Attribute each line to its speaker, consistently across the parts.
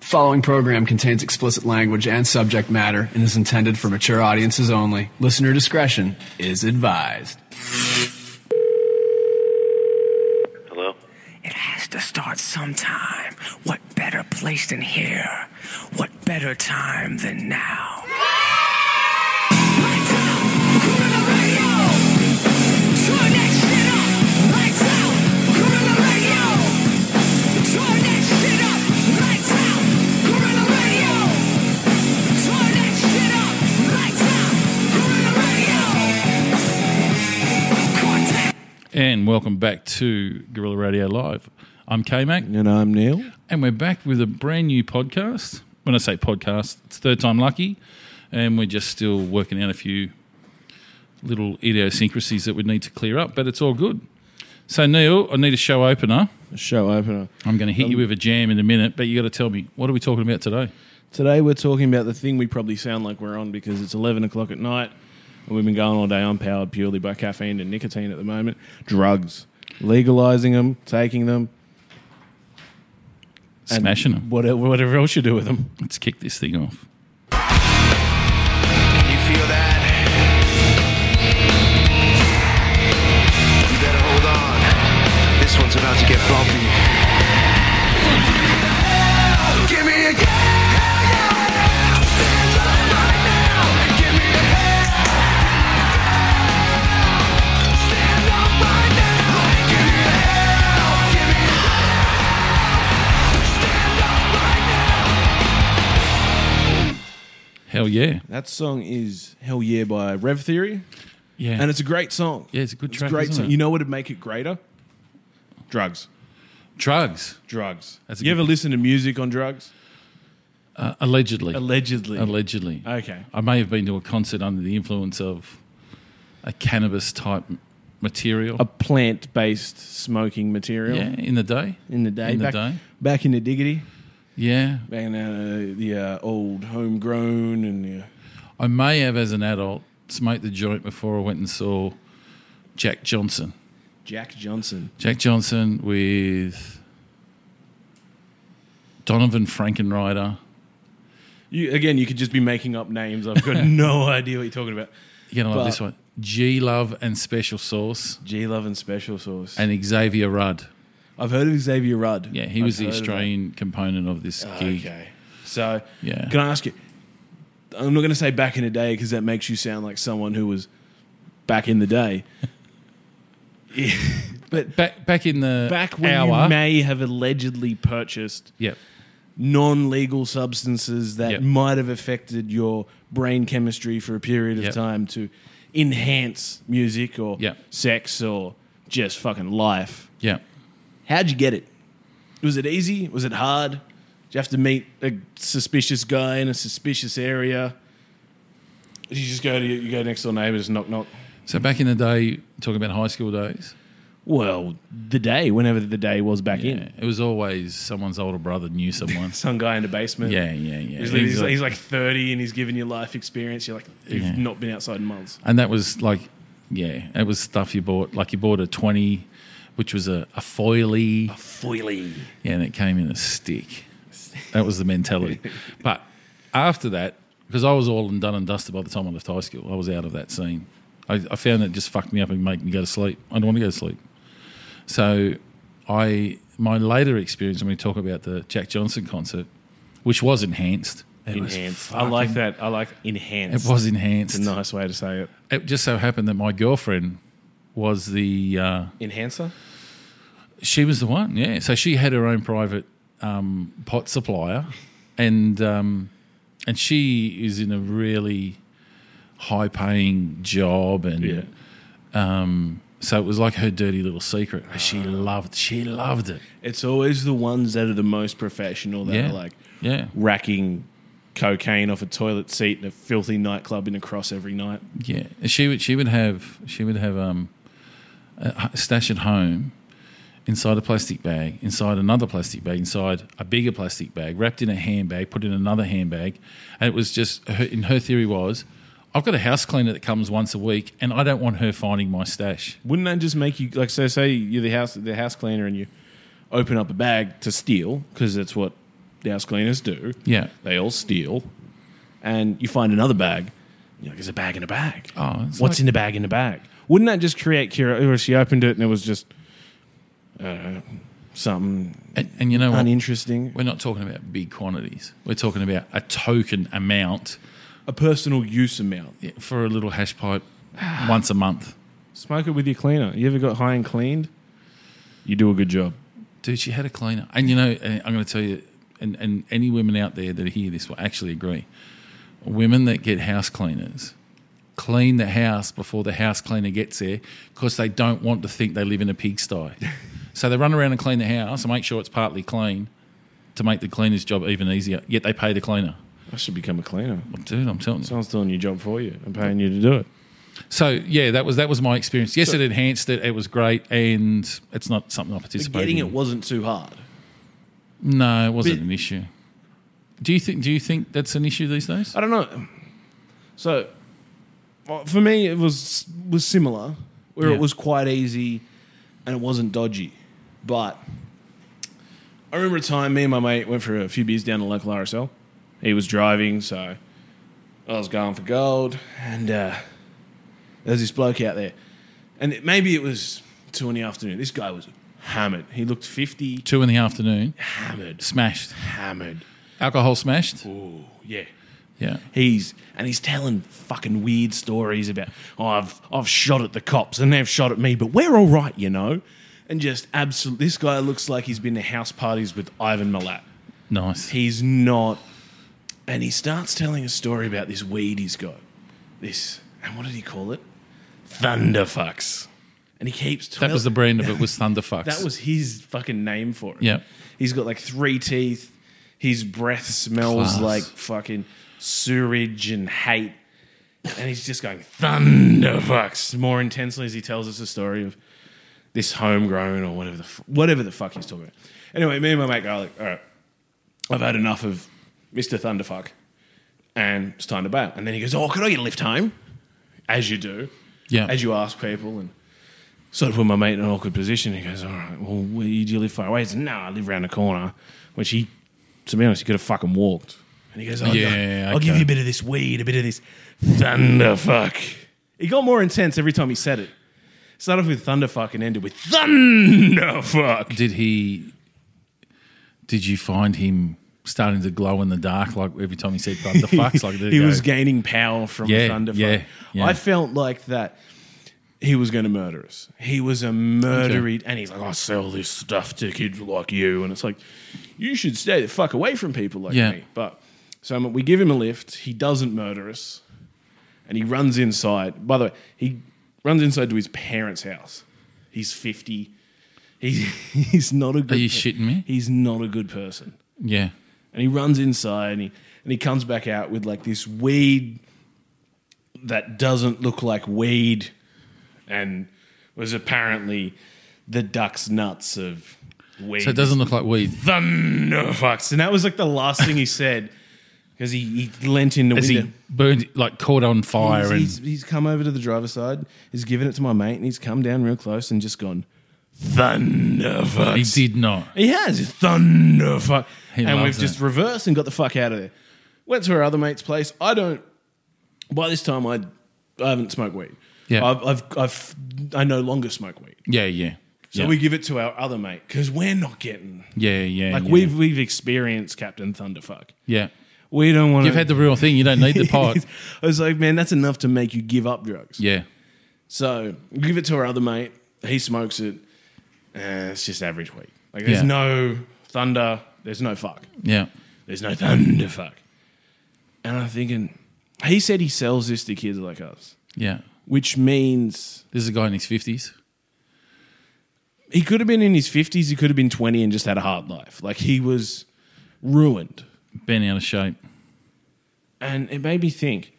Speaker 1: Following program contains explicit language and subject matter and is intended for mature audiences only. Listener discretion is advised.
Speaker 2: Hello?
Speaker 3: It has to start sometime. What better place than here? What better time than now?
Speaker 4: And welcome back to Guerrilla Radio Live. I'm K Mac,
Speaker 5: And I'm Neil.
Speaker 4: and we're back with a brand new podcast. When I say podcast, it's third time lucky, and we're just still working out a few little idiosyncrasies that we need to clear up, but it's all good. So, Neil, I need a show opener.
Speaker 5: Show opener.
Speaker 4: I'm going to
Speaker 5: Um,
Speaker 4: hit you with a jam in a minute, but you got to tell me what are we talking about today?
Speaker 5: Today we're talking about the thing we probably sound like we're on because it's 11 o'clock at night and we've been going all day unpowered purely by caffeine and nicotine at the moment. Drugs. Legalizing them, taking them, and
Speaker 4: Smashing them.
Speaker 5: Whatever, whatever else you do with them.
Speaker 4: Let's kick this thing off.
Speaker 6: You feel that? You better hold on. This one's about to get bumpy. Give me a
Speaker 4: Hell yeah.
Speaker 5: That song is Hell Yeah by Rev Theory.
Speaker 4: Yeah.
Speaker 5: And it's a great song.
Speaker 4: Yeah, it's a good track,
Speaker 5: great
Speaker 4: isn't
Speaker 5: song.
Speaker 4: it?
Speaker 5: You know what would make it greater? Drugs.
Speaker 4: drugs,
Speaker 5: Drugs.
Speaker 4: That's a
Speaker 5: you
Speaker 4: good-
Speaker 5: ever listen to music on drugs?
Speaker 4: uh, allegedly.
Speaker 5: Allegedly.
Speaker 4: Allegedly.
Speaker 5: Okay.
Speaker 4: I may have been to a concert under the influence of a cannabis type material.
Speaker 5: A plant based smoking material.
Speaker 4: yeah, in the day.
Speaker 5: in the day.
Speaker 4: In the
Speaker 5: back,
Speaker 4: day.
Speaker 5: Back in the diggity.
Speaker 4: Yeah.
Speaker 5: Back in uh, the uh, old homegrown and uh,
Speaker 4: I may have, as an adult, smoked the joint before I went and saw Jack Johnson.
Speaker 5: Jack Johnson.
Speaker 4: Jack Johnson with Donovan Frankenrider.
Speaker 5: You again. You could just be making up names. I've got no idea what you're talking about.
Speaker 4: You're going to
Speaker 5: But-
Speaker 4: like this one. G Love and Special Sauce
Speaker 5: G Love and Special Sauce.
Speaker 4: and Xavier Rudd.
Speaker 5: I've heard of Xavier Rudd.
Speaker 4: Yeah, he
Speaker 5: I've
Speaker 4: was the
Speaker 5: heard of
Speaker 4: Australian component of this
Speaker 5: him.
Speaker 4: gig.
Speaker 5: Okay. So
Speaker 4: Yeah.
Speaker 5: Can I ask you? I'm not going to say back in the day because that makes you sound like someone who was back in the day. Yeah, but
Speaker 4: Back back in the
Speaker 5: back when
Speaker 4: hour.
Speaker 5: you may have allegedly purchased
Speaker 4: yep.
Speaker 5: non-legal substances that
Speaker 4: Yep.
Speaker 5: might have affected your brain chemistry for a period of
Speaker 4: Yep.
Speaker 5: time to enhance music or
Speaker 4: Yep.
Speaker 5: sex or just fucking life.
Speaker 4: Yep.
Speaker 5: How'd you get it? Was it easy? Was it hard? Did you have to meet a suspicious guy in a suspicious area? Did you just go to you go next door neighbors knock knock?
Speaker 4: So back in the day, talking about high school days,
Speaker 5: Well, the day, whenever the day was back
Speaker 4: yeah,
Speaker 5: in.
Speaker 4: it was always someone's older brother knew someone.
Speaker 5: Some guy in the basement.
Speaker 4: yeah, yeah, yeah.
Speaker 5: He's, he's like, he's like 30 and he's giving you life experience. You're like, you've
Speaker 4: Yeah.
Speaker 5: not been outside in months.
Speaker 4: and that was like, yeah, it was stuff you bought. Like you bought a twenty, which was a, a foily,
Speaker 3: Foily.
Speaker 4: yeah, and it came in a stick. That was the mentality. but after that, because I was all and done and dusted by the time I left high school, I was out of that scene. I, I found it just fucked me up and made me go to sleep. I don't want to go to sleep. So I my later experience when we talk about the Jack Johnson concert, which was enhanced. It was
Speaker 5: Enhanced. I
Speaker 4: fucking-
Speaker 5: like that. I like enhanced.
Speaker 4: It was enhanced.
Speaker 5: It's a nice way to say it.
Speaker 4: It just so happened that my girlfriend was the uh,
Speaker 5: Enhancer?
Speaker 4: she was the one. Yeah. So she had her own private um, pot supplier, and um, and she is in a really high paying job, and
Speaker 5: Yeah.
Speaker 4: um, so it was like her dirty little secret. She loved. She loved it.
Speaker 5: It's always the ones that are the most professional that
Speaker 4: Yeah.
Speaker 5: are like
Speaker 4: Yeah.
Speaker 5: racking cocaine off a toilet seat in a filthy nightclub in a cross every night.
Speaker 4: Yeah, she would. She would have. She would have um, a h- stash at home, inside a plastic bag, inside another plastic bag, inside a bigger plastic bag, wrapped in a handbag, put in another handbag, and it was just. Her, and her theory was, I've got a house cleaner that comes once a week, and I don't want her finding my stash.
Speaker 5: Wouldn't that just make you like so say you're the house the house cleaner and you open up a bag to steal because that's what house cleaners do.
Speaker 4: Yeah.
Speaker 5: They all steal. And you find another bag. You're like, there's a bag in a bag.
Speaker 4: Oh, it's
Speaker 5: What's
Speaker 4: like-
Speaker 5: in the bag in the bag? Wouldn't that just create curiosity? Or she opened it and it was just uh, something
Speaker 4: And, and you know what?
Speaker 5: uninteresting.
Speaker 4: We're not talking about big quantities. We're talking about a token amount
Speaker 5: A personal use amount.
Speaker 4: for a little hash pipe once a month.
Speaker 5: Smoke it with your cleaner. You ever got high and cleaned? You do a good job.
Speaker 4: Dude, she had a cleaner. And you know, and I'm going to tell you, and, and any women out there that hear this will actually agree. Women that get house cleaners clean the house before the house cleaner gets there because they don't want to think they live in a pigsty. so they run around and clean the house and make sure it's partly clean to make the cleaner's job even easier, yet they pay the cleaner.
Speaker 5: I should become a cleaner.
Speaker 4: Dude, I'm telling you.
Speaker 5: Someone's doing your job for you and paying you to do it.
Speaker 4: So yeah, that was that was my experience. Yes, it enhanced it. It was great, and it's not something I participated in.
Speaker 5: wasn't too hard.
Speaker 4: no, it wasn't
Speaker 5: But-
Speaker 4: an issue. Do you think? Do you think that's an issue these days?
Speaker 5: I don't know. So, well, for me, it was was similar, where
Speaker 4: Yeah.
Speaker 5: it was quite easy, and it wasn't dodgy. But I remember a time me and my mate went for a few beers down to local RSL. He was driving, so I was going for gold, and uh, there's this bloke out there, and it, maybe it was two in the afternoon. This guy was hammered. He looked fifty,
Speaker 4: Two in the afternoon,
Speaker 5: hammered,
Speaker 4: smashed.
Speaker 5: hammered.
Speaker 4: Alcohol smashed.
Speaker 5: Ooh, yeah.
Speaker 4: Yeah.
Speaker 5: He's and he's telling fucking weird stories about oh, I've I've shot at the cops and they've shot at me, but we're all right, you know. And just absolute, this guy looks like he's been to house parties with Ivan Milat.
Speaker 4: Nice.
Speaker 5: He's not, and he starts telling a story about this weed he's got. This and what did he call it? Thunderfucks. And he keeps.
Speaker 4: that was the
Speaker 5: brand.
Speaker 4: brand of it. Was Thunderfucks.
Speaker 5: That was his fucking name for it.
Speaker 4: Yeah.
Speaker 5: He's got like three teeth. His breath smells
Speaker 4: Class.
Speaker 5: like fucking sewage and hate. And he's just going thunderfucks more intensely as he tells us the story of this homegrown or whatever the f- whatever the fuck he's talking about. Anyway, me and my mate go like, all right, I've had enough of Mister Thunderfuck, and it's time to bail. And then he goes, oh, could I get a lift home? As you do,
Speaker 4: Yeah.
Speaker 5: As you ask people and sort of put my mate in an awkward position. He goes, "All right, well, where, do you live far away?" He says, "No, I live around the corner." Which he, to be honest, he could have fucking walked. And he goes, oh,
Speaker 4: Yeah,
Speaker 5: God,
Speaker 4: yeah,
Speaker 5: I'll give
Speaker 4: okay.
Speaker 5: you a bit of this weed, a bit of this thunderfuck." It got more intense every time he said it. Started off with thunderfuck and ended with thunderfuck.
Speaker 4: Did he? Did you find him starting to glow in the dark? Like every time he said Thunderfucks, like did
Speaker 5: he
Speaker 4: go,
Speaker 5: was gaining power from
Speaker 4: Yeah,
Speaker 5: thunderfuck.
Speaker 4: yeah, yeah.
Speaker 5: I felt like that. He was going to murder us. He was a murdery, and he's like, "I sell this stuff to kids like you," and it's like, "You should stay the fuck away from people like
Speaker 4: Yeah.
Speaker 5: me." But so um, we give him a lift. He doesn't murder us, and he runs inside. By the way, he runs inside to his parents' house. He's fifty. He's he's not a good.
Speaker 4: you
Speaker 5: per-
Speaker 4: shitting me?
Speaker 5: He's not a good person
Speaker 4: Yeah.
Speaker 5: and he runs inside and he, and he comes back out with like this weed that doesn't look like weed and was apparently the duck's nuts of weed.
Speaker 4: So it doesn't look like weed.
Speaker 5: Thunderfucks. And that was like the last thing he said because he, he leant in the
Speaker 4: As
Speaker 5: window.
Speaker 4: he burned, like caught on fire,
Speaker 5: He's-
Speaker 4: and
Speaker 5: he's, he's come over to the driver's side, he's given it to my mate, and he's come down real close and just gone, Thunderfucks.
Speaker 4: he did not.
Speaker 5: He has it's thunder fuck.
Speaker 4: He
Speaker 5: and we've
Speaker 4: loves
Speaker 5: just
Speaker 4: it.
Speaker 5: reversed and got the fuck out of there. Went to our other mate's place. I don't. By this time, I I haven't smoked weed.
Speaker 4: Yeah.
Speaker 5: I've, I've, I've I no longer smoke weed.
Speaker 4: Yeah, yeah.
Speaker 5: So
Speaker 4: yeah.
Speaker 5: we give it to our other mate because we're not getting
Speaker 4: yeah, yeah.
Speaker 5: like
Speaker 4: yeah.
Speaker 5: we've we've experienced Captain Thunderfuck.
Speaker 4: yeah.
Speaker 5: We don't want to.
Speaker 4: You've had the real thing. You don't need the pot.
Speaker 5: I was like, man, that's enough to make you give up drugs.
Speaker 4: yeah,
Speaker 5: So we give it to our other mate. He smokes it. Uh, it's just average weed. Like there's
Speaker 4: Yeah.
Speaker 5: no thunder. There's no fuck.
Speaker 4: yeah.
Speaker 5: There's no thunder fuck. And I'm thinking, he said he sells this to kids like us,
Speaker 4: Yeah.
Speaker 5: which means
Speaker 4: This is a guy in his fifties.
Speaker 5: he could have been in his 50s, he could have been 20 and just had a hard life. Like he was ruined.
Speaker 4: Bent out of shape.
Speaker 5: And it made me think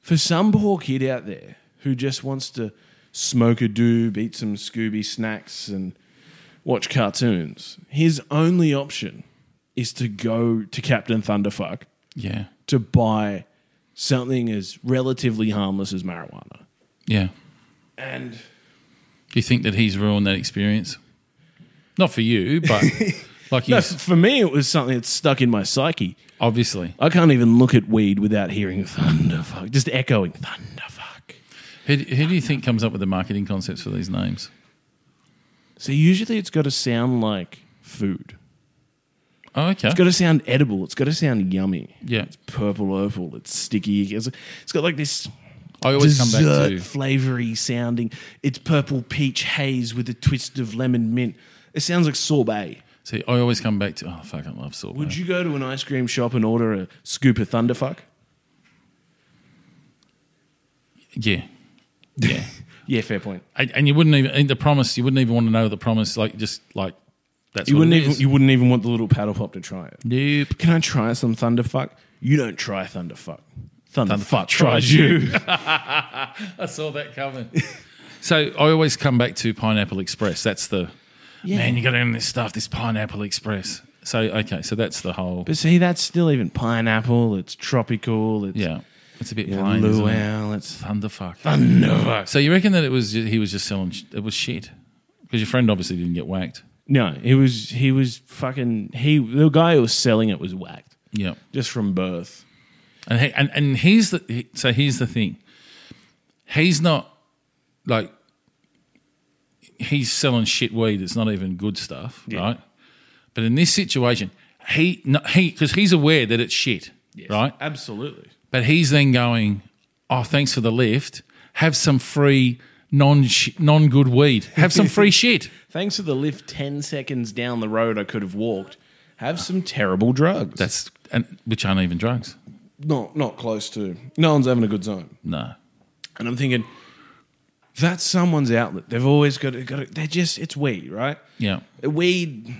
Speaker 5: for some poor kid out there who just wants to smoke a doob, eat some Scooby snacks, and watch cartoons, his only option is to go to Captain Thunderfuck.
Speaker 4: Yeah.
Speaker 5: to buy something as relatively harmless as marijuana.
Speaker 4: Yeah.
Speaker 5: And
Speaker 4: Do you think that he's ruined that experience? Not for you, but Like you,
Speaker 5: No, f- for me, it was something that's stuck in my psyche.
Speaker 4: obviously.
Speaker 5: I can't even look at weed without hearing thunderfuck, just echoing thunderfuck.
Speaker 4: Who, do- who do you think comes up with the marketing concepts for these names?
Speaker 5: So usually it's got to sound like food.
Speaker 4: Oh, okay.
Speaker 5: It's got to sound edible. It's got to sound yummy.
Speaker 4: Yeah.
Speaker 5: It's purple opal. It's sticky. It's, it's got like this
Speaker 4: I always come back
Speaker 5: dessert
Speaker 4: to
Speaker 5: flavory sounding. It's purple peach haze with a twist of lemon mint. It sounds like sorbet.
Speaker 4: see. I always come back to. Oh, fuck, I love sorbet.
Speaker 5: Would you go to an ice cream shop and order a scoop of thunderfuck?
Speaker 4: Yeah, yeah.
Speaker 5: Yeah, fair point.
Speaker 4: and, and you wouldn't even and the promise. You wouldn't even want to know the promise. Like just like that's
Speaker 5: You
Speaker 4: what
Speaker 5: wouldn't
Speaker 4: it
Speaker 5: even
Speaker 4: is.
Speaker 5: you wouldn't even want the little paddle pop to try it.
Speaker 4: Nope.
Speaker 5: Can I try some thunderfuck? You don't try thunderfuck. Thunderfuck
Speaker 4: tries
Speaker 5: tries you.
Speaker 4: I saw that coming. so I always come back to Pineapple Express. That's the man. You got to own this stuff. This Pineapple Express. So okay. So that's the whole.
Speaker 5: But see, that's still even pineapple. It's tropical. It's
Speaker 4: yeah, it's a bit
Speaker 5: you know,
Speaker 4: plain. Isn't it?
Speaker 5: luau. It's
Speaker 4: Thunderfuck.
Speaker 5: thunderfuck.
Speaker 4: So you reckon that it was he was just selling? It was shit because your friend obviously didn't get whacked.
Speaker 5: No, he was he was fucking he. The guy who was selling it was whacked
Speaker 4: Yeah.
Speaker 5: just from birth.
Speaker 4: And he, and and he's the he- so here's the thing. He's not like he's selling shit weed. It's not even good stuff, right? But in this situation, he no, he because he's aware that it's shit, right?
Speaker 5: Absolutely.
Speaker 4: But he's then going, "Oh, thanks for the lift. Have some free non non good weed. Have some free shit."
Speaker 5: Thanks to the lift, ten seconds down the road, I could have walked. Have some terrible drugs.
Speaker 4: That's and which aren't even drugs.
Speaker 5: not not close to. No one's having a good time.
Speaker 4: No.
Speaker 5: And I'm thinking, that's someone's outlet. They've always got to, got to, they're just, it's weed, right?
Speaker 4: Yeah.
Speaker 5: Weed,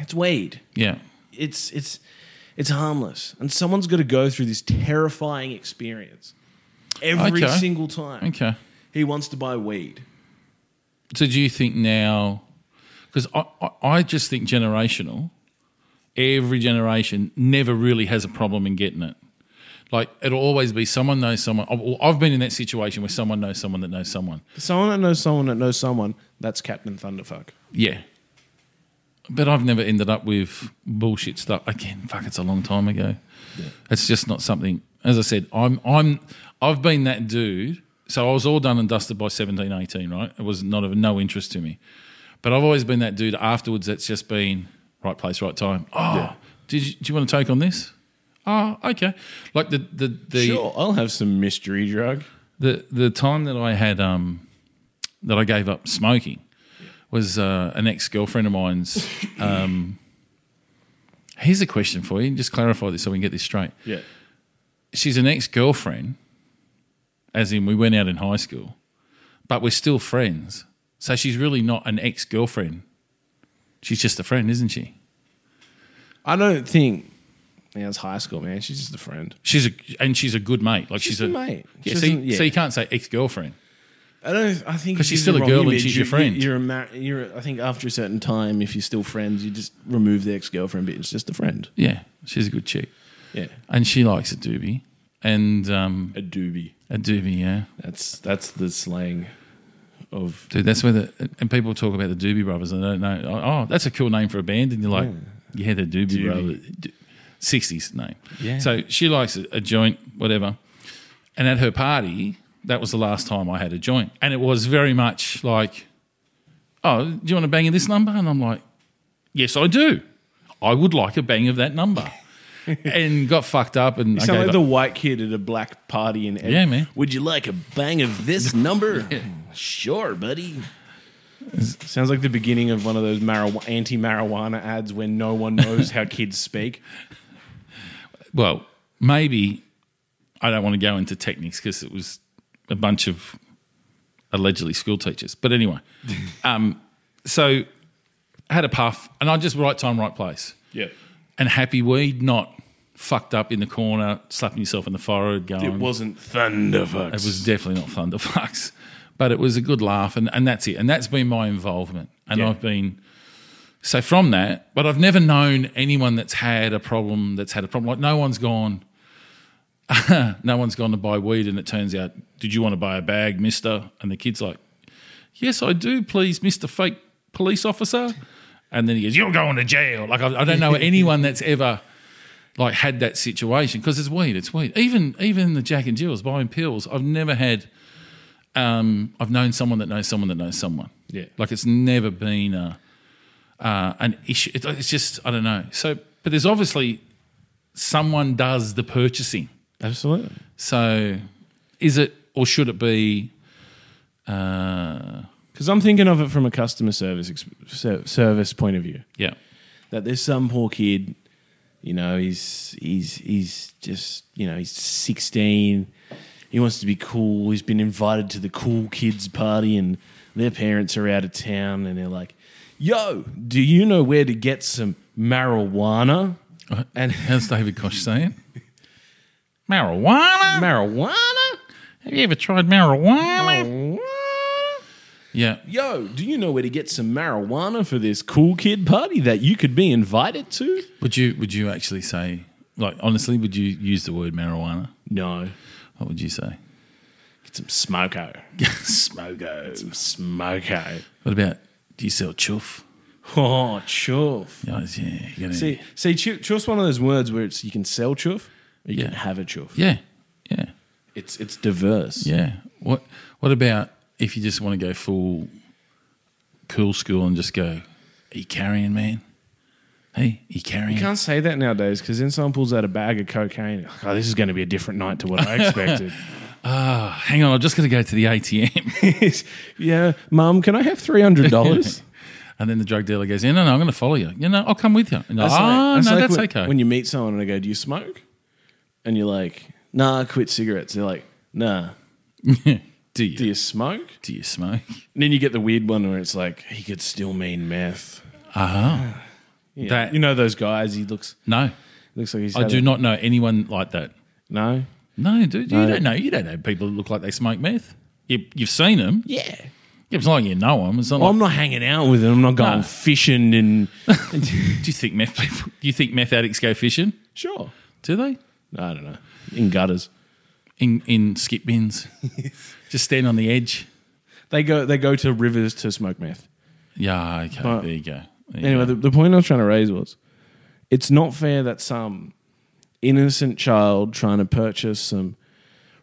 Speaker 5: it's weed.
Speaker 4: Yeah.
Speaker 5: It's, it's, it's harmless. And someone's got to go through this terrifying experience every
Speaker 4: Okay.
Speaker 5: single time.
Speaker 4: Okay.
Speaker 5: He wants to buy weed.
Speaker 4: So do you think now? Because I, I, I just think generational. Every generation never really has a problem in getting it. Like it'll always be someone knows someone. I've- I've been in that situation where someone knows someone that knows someone.
Speaker 5: Someone that knows someone that knows someone, that's Captain Thunderfuck.
Speaker 4: Yeah. But I've never ended up with bullshit stuff. Again, fuck, it's a long time ago. It's just not something. As I said, I'm I'm I've been that dude. So I was all done and dusted by 17, 18, right? It was not of no interest to me. But I've always been that dude afterwards that's just been right place, right time. Oh, did you, do you want to take on this? Oh, okay. Like the the the
Speaker 5: Sure, I'll have some mystery drug.
Speaker 4: the the time that I had um that I gave up smoking was uh, an ex girlfriend of mine's. Um, here's a question for you. Just clarify this so we can get this straight.
Speaker 5: Yeah.
Speaker 4: She's an ex girlfriend, as in we went out in high school, but we're still friends. So she's really not an ex girlfriend. She's just a friend, isn't she?
Speaker 5: I don't think, yeah, it's high school, man. She's just a friend.
Speaker 4: She's a and she's a good mate. Like she's,
Speaker 5: She's
Speaker 4: a
Speaker 5: a mate.
Speaker 4: Yeah,
Speaker 5: She
Speaker 4: so, you,
Speaker 5: doesn't- yeah.
Speaker 4: so you can't say ex girlfriend.
Speaker 5: I don't. I think
Speaker 4: 'Cause she's
Speaker 5: it gives
Speaker 4: still
Speaker 5: the
Speaker 4: a
Speaker 5: wrong
Speaker 4: girl and
Speaker 5: image.
Speaker 4: she's
Speaker 5: You-
Speaker 4: your friend.
Speaker 5: you- You're a. Mar- you're. A, I think after a certain time, if you're still friends, you just remove the ex girlfriend, but it's just a friend.
Speaker 4: Yeah, she's a good chick,
Speaker 5: Yeah,
Speaker 4: and she likes a doobie. And um,
Speaker 5: a doobie.
Speaker 4: A doobie, yeah.
Speaker 5: That's that's the slang of.
Speaker 4: Dude, that's where the and people talk about the Doobie Brothers and they don't know. Oh, that's a cool name for a band, and you're like, yeah, the Doobie, Brothers, sixties name.
Speaker 5: Yeah.
Speaker 4: So she likes a, a joint, whatever. And at her party, that was the last time I had a joint, and it was very much like, oh, do you want a bang of this number? And I'm like, yes, I do. I would like a bang of that number. and got fucked up and I
Speaker 5: Sound
Speaker 4: gave
Speaker 5: like
Speaker 4: up.
Speaker 5: the white kid at a black party in. Ed-
Speaker 4: Yeah, man.
Speaker 5: Would you like a bang of this number? Sure, buddy. Sounds like the beginning of one of those marijuana, anti-marijuana ads where no one knows how kids speak.
Speaker 4: well, maybe I don't want to go into techniques because it was a bunch of allegedly school teachers. But anyway, um, so I had a puff and I just right time, right place.
Speaker 5: Yeah,
Speaker 4: And happy weed, not fucked up in the corner, slapping yourself in the forehead, going,
Speaker 5: it wasn't Thunderfuck.
Speaker 4: it was definitely not Thunderfucks, but it was a good laugh, and, and that's it. And that's been my involvement. And
Speaker 5: Yeah.
Speaker 4: I've been so from that, but I've never known anyone that's had a problem that's had a problem. Like no one's gone, no one's gone to buy weed, and it turns out, did you want to buy a bag, Mister? And the kid's like, yes, I do, please, Mister Fake Police Officer. And then he goes, "You're going to jail." Like I, I don't know anyone that's ever like had that situation because it's weed. It's weed. Even even the Jack and Jills buying pills. I've never had. Um, I've known someone that knows someone that knows someone.
Speaker 5: Yeah.
Speaker 4: like it's never been a, uh, an issue. It, it's just I don't know. So, but there's obviously someone does the purchasing.
Speaker 5: Absolutely.
Speaker 4: So, is it or should it be? Uh,
Speaker 5: Because I'm thinking of it from a customer service ex- ser- service point of view.
Speaker 4: yeah,
Speaker 5: That there's some poor kid, you know, he's he's he's just you know he's 16. He wants to be cool. He's been invited to the cool kids party, and their parents are out of town, and they're like, "Yo, do you know where to get some marijuana?"
Speaker 4: and how's David Kosh saying? Marijuana.
Speaker 5: Marijuana?
Speaker 4: Have you ever tried marijuana? Yeah,
Speaker 5: Yo, do you know where to get some marijuana for this cool kid party that you could be invited to?
Speaker 4: Would you would you actually say like honestly? Would you use the word marijuana?
Speaker 5: No.
Speaker 4: What would you say?
Speaker 5: Get some smoko.
Speaker 4: Smoko.
Speaker 5: Some smoko.
Speaker 4: What about do you sell chuff?
Speaker 5: Oh, chuff.
Speaker 4: Yeah, it's- yeah. you gotta-
Speaker 5: See, see, chu- chuff's one of those words where it's you can sell chuff, or you can
Speaker 4: Yeah.
Speaker 5: have a chuff.
Speaker 4: yeah, yeah,
Speaker 5: It's it's diverse.
Speaker 4: yeah. What what about if you just want to go full cool school and just go? Are you carrying, man? Hey, you carrying?
Speaker 5: You can't say that nowadays because then someone pulls out a bag of cocaine. like, oh, this is going to be a different night to what I expected.
Speaker 4: Hang on, I'm just gonna go to the ATM.
Speaker 5: yeah, mum, can I have three hundred dollars?
Speaker 4: And then the drug dealer goes, yeah, no, no, I'm going to follow you. You know, I'll come with you. And you're like, oh, no, that's
Speaker 5: when,
Speaker 4: okay.
Speaker 5: When you meet someone and they go, "Do you smoke?" and you're like, "Nah, I quit cigarettes." They're like, "Nah,
Speaker 4: do, you,
Speaker 5: do you smoke?"
Speaker 4: do you smoke?
Speaker 5: And then you get the weird one where it's like, "He could still mean meth." Uh-huh.
Speaker 4: Ah,
Speaker 5: Yeah.
Speaker 4: That-
Speaker 5: you know those guys. He looks
Speaker 4: no.
Speaker 5: looks like he's.
Speaker 4: I
Speaker 5: had
Speaker 4: do
Speaker 5: a-
Speaker 4: not know anyone like that.
Speaker 5: No.
Speaker 4: No, dude, you
Speaker 5: No.
Speaker 4: don't know. You don't know people that look like they smoke meth. You, you've seen them.
Speaker 5: Yeah.
Speaker 4: It's not like you know them. It's not
Speaker 5: I'm
Speaker 4: like,
Speaker 5: not hanging out with him. I'm not going
Speaker 4: No.
Speaker 5: fishing and.
Speaker 4: do you think meth people, do you think meth addicts go fishing?
Speaker 5: sure.
Speaker 4: Do they?
Speaker 5: I don't know. In gutters.
Speaker 4: In, in skip bins. Just stand on the edge.
Speaker 5: They go. They go to rivers to smoke meth.
Speaker 4: Yeah, okay.
Speaker 5: But-
Speaker 4: there you go. There you
Speaker 5: Anyway,
Speaker 4: go.
Speaker 5: the, the point I was trying to raise was it's not fair that some innocent child trying to purchase some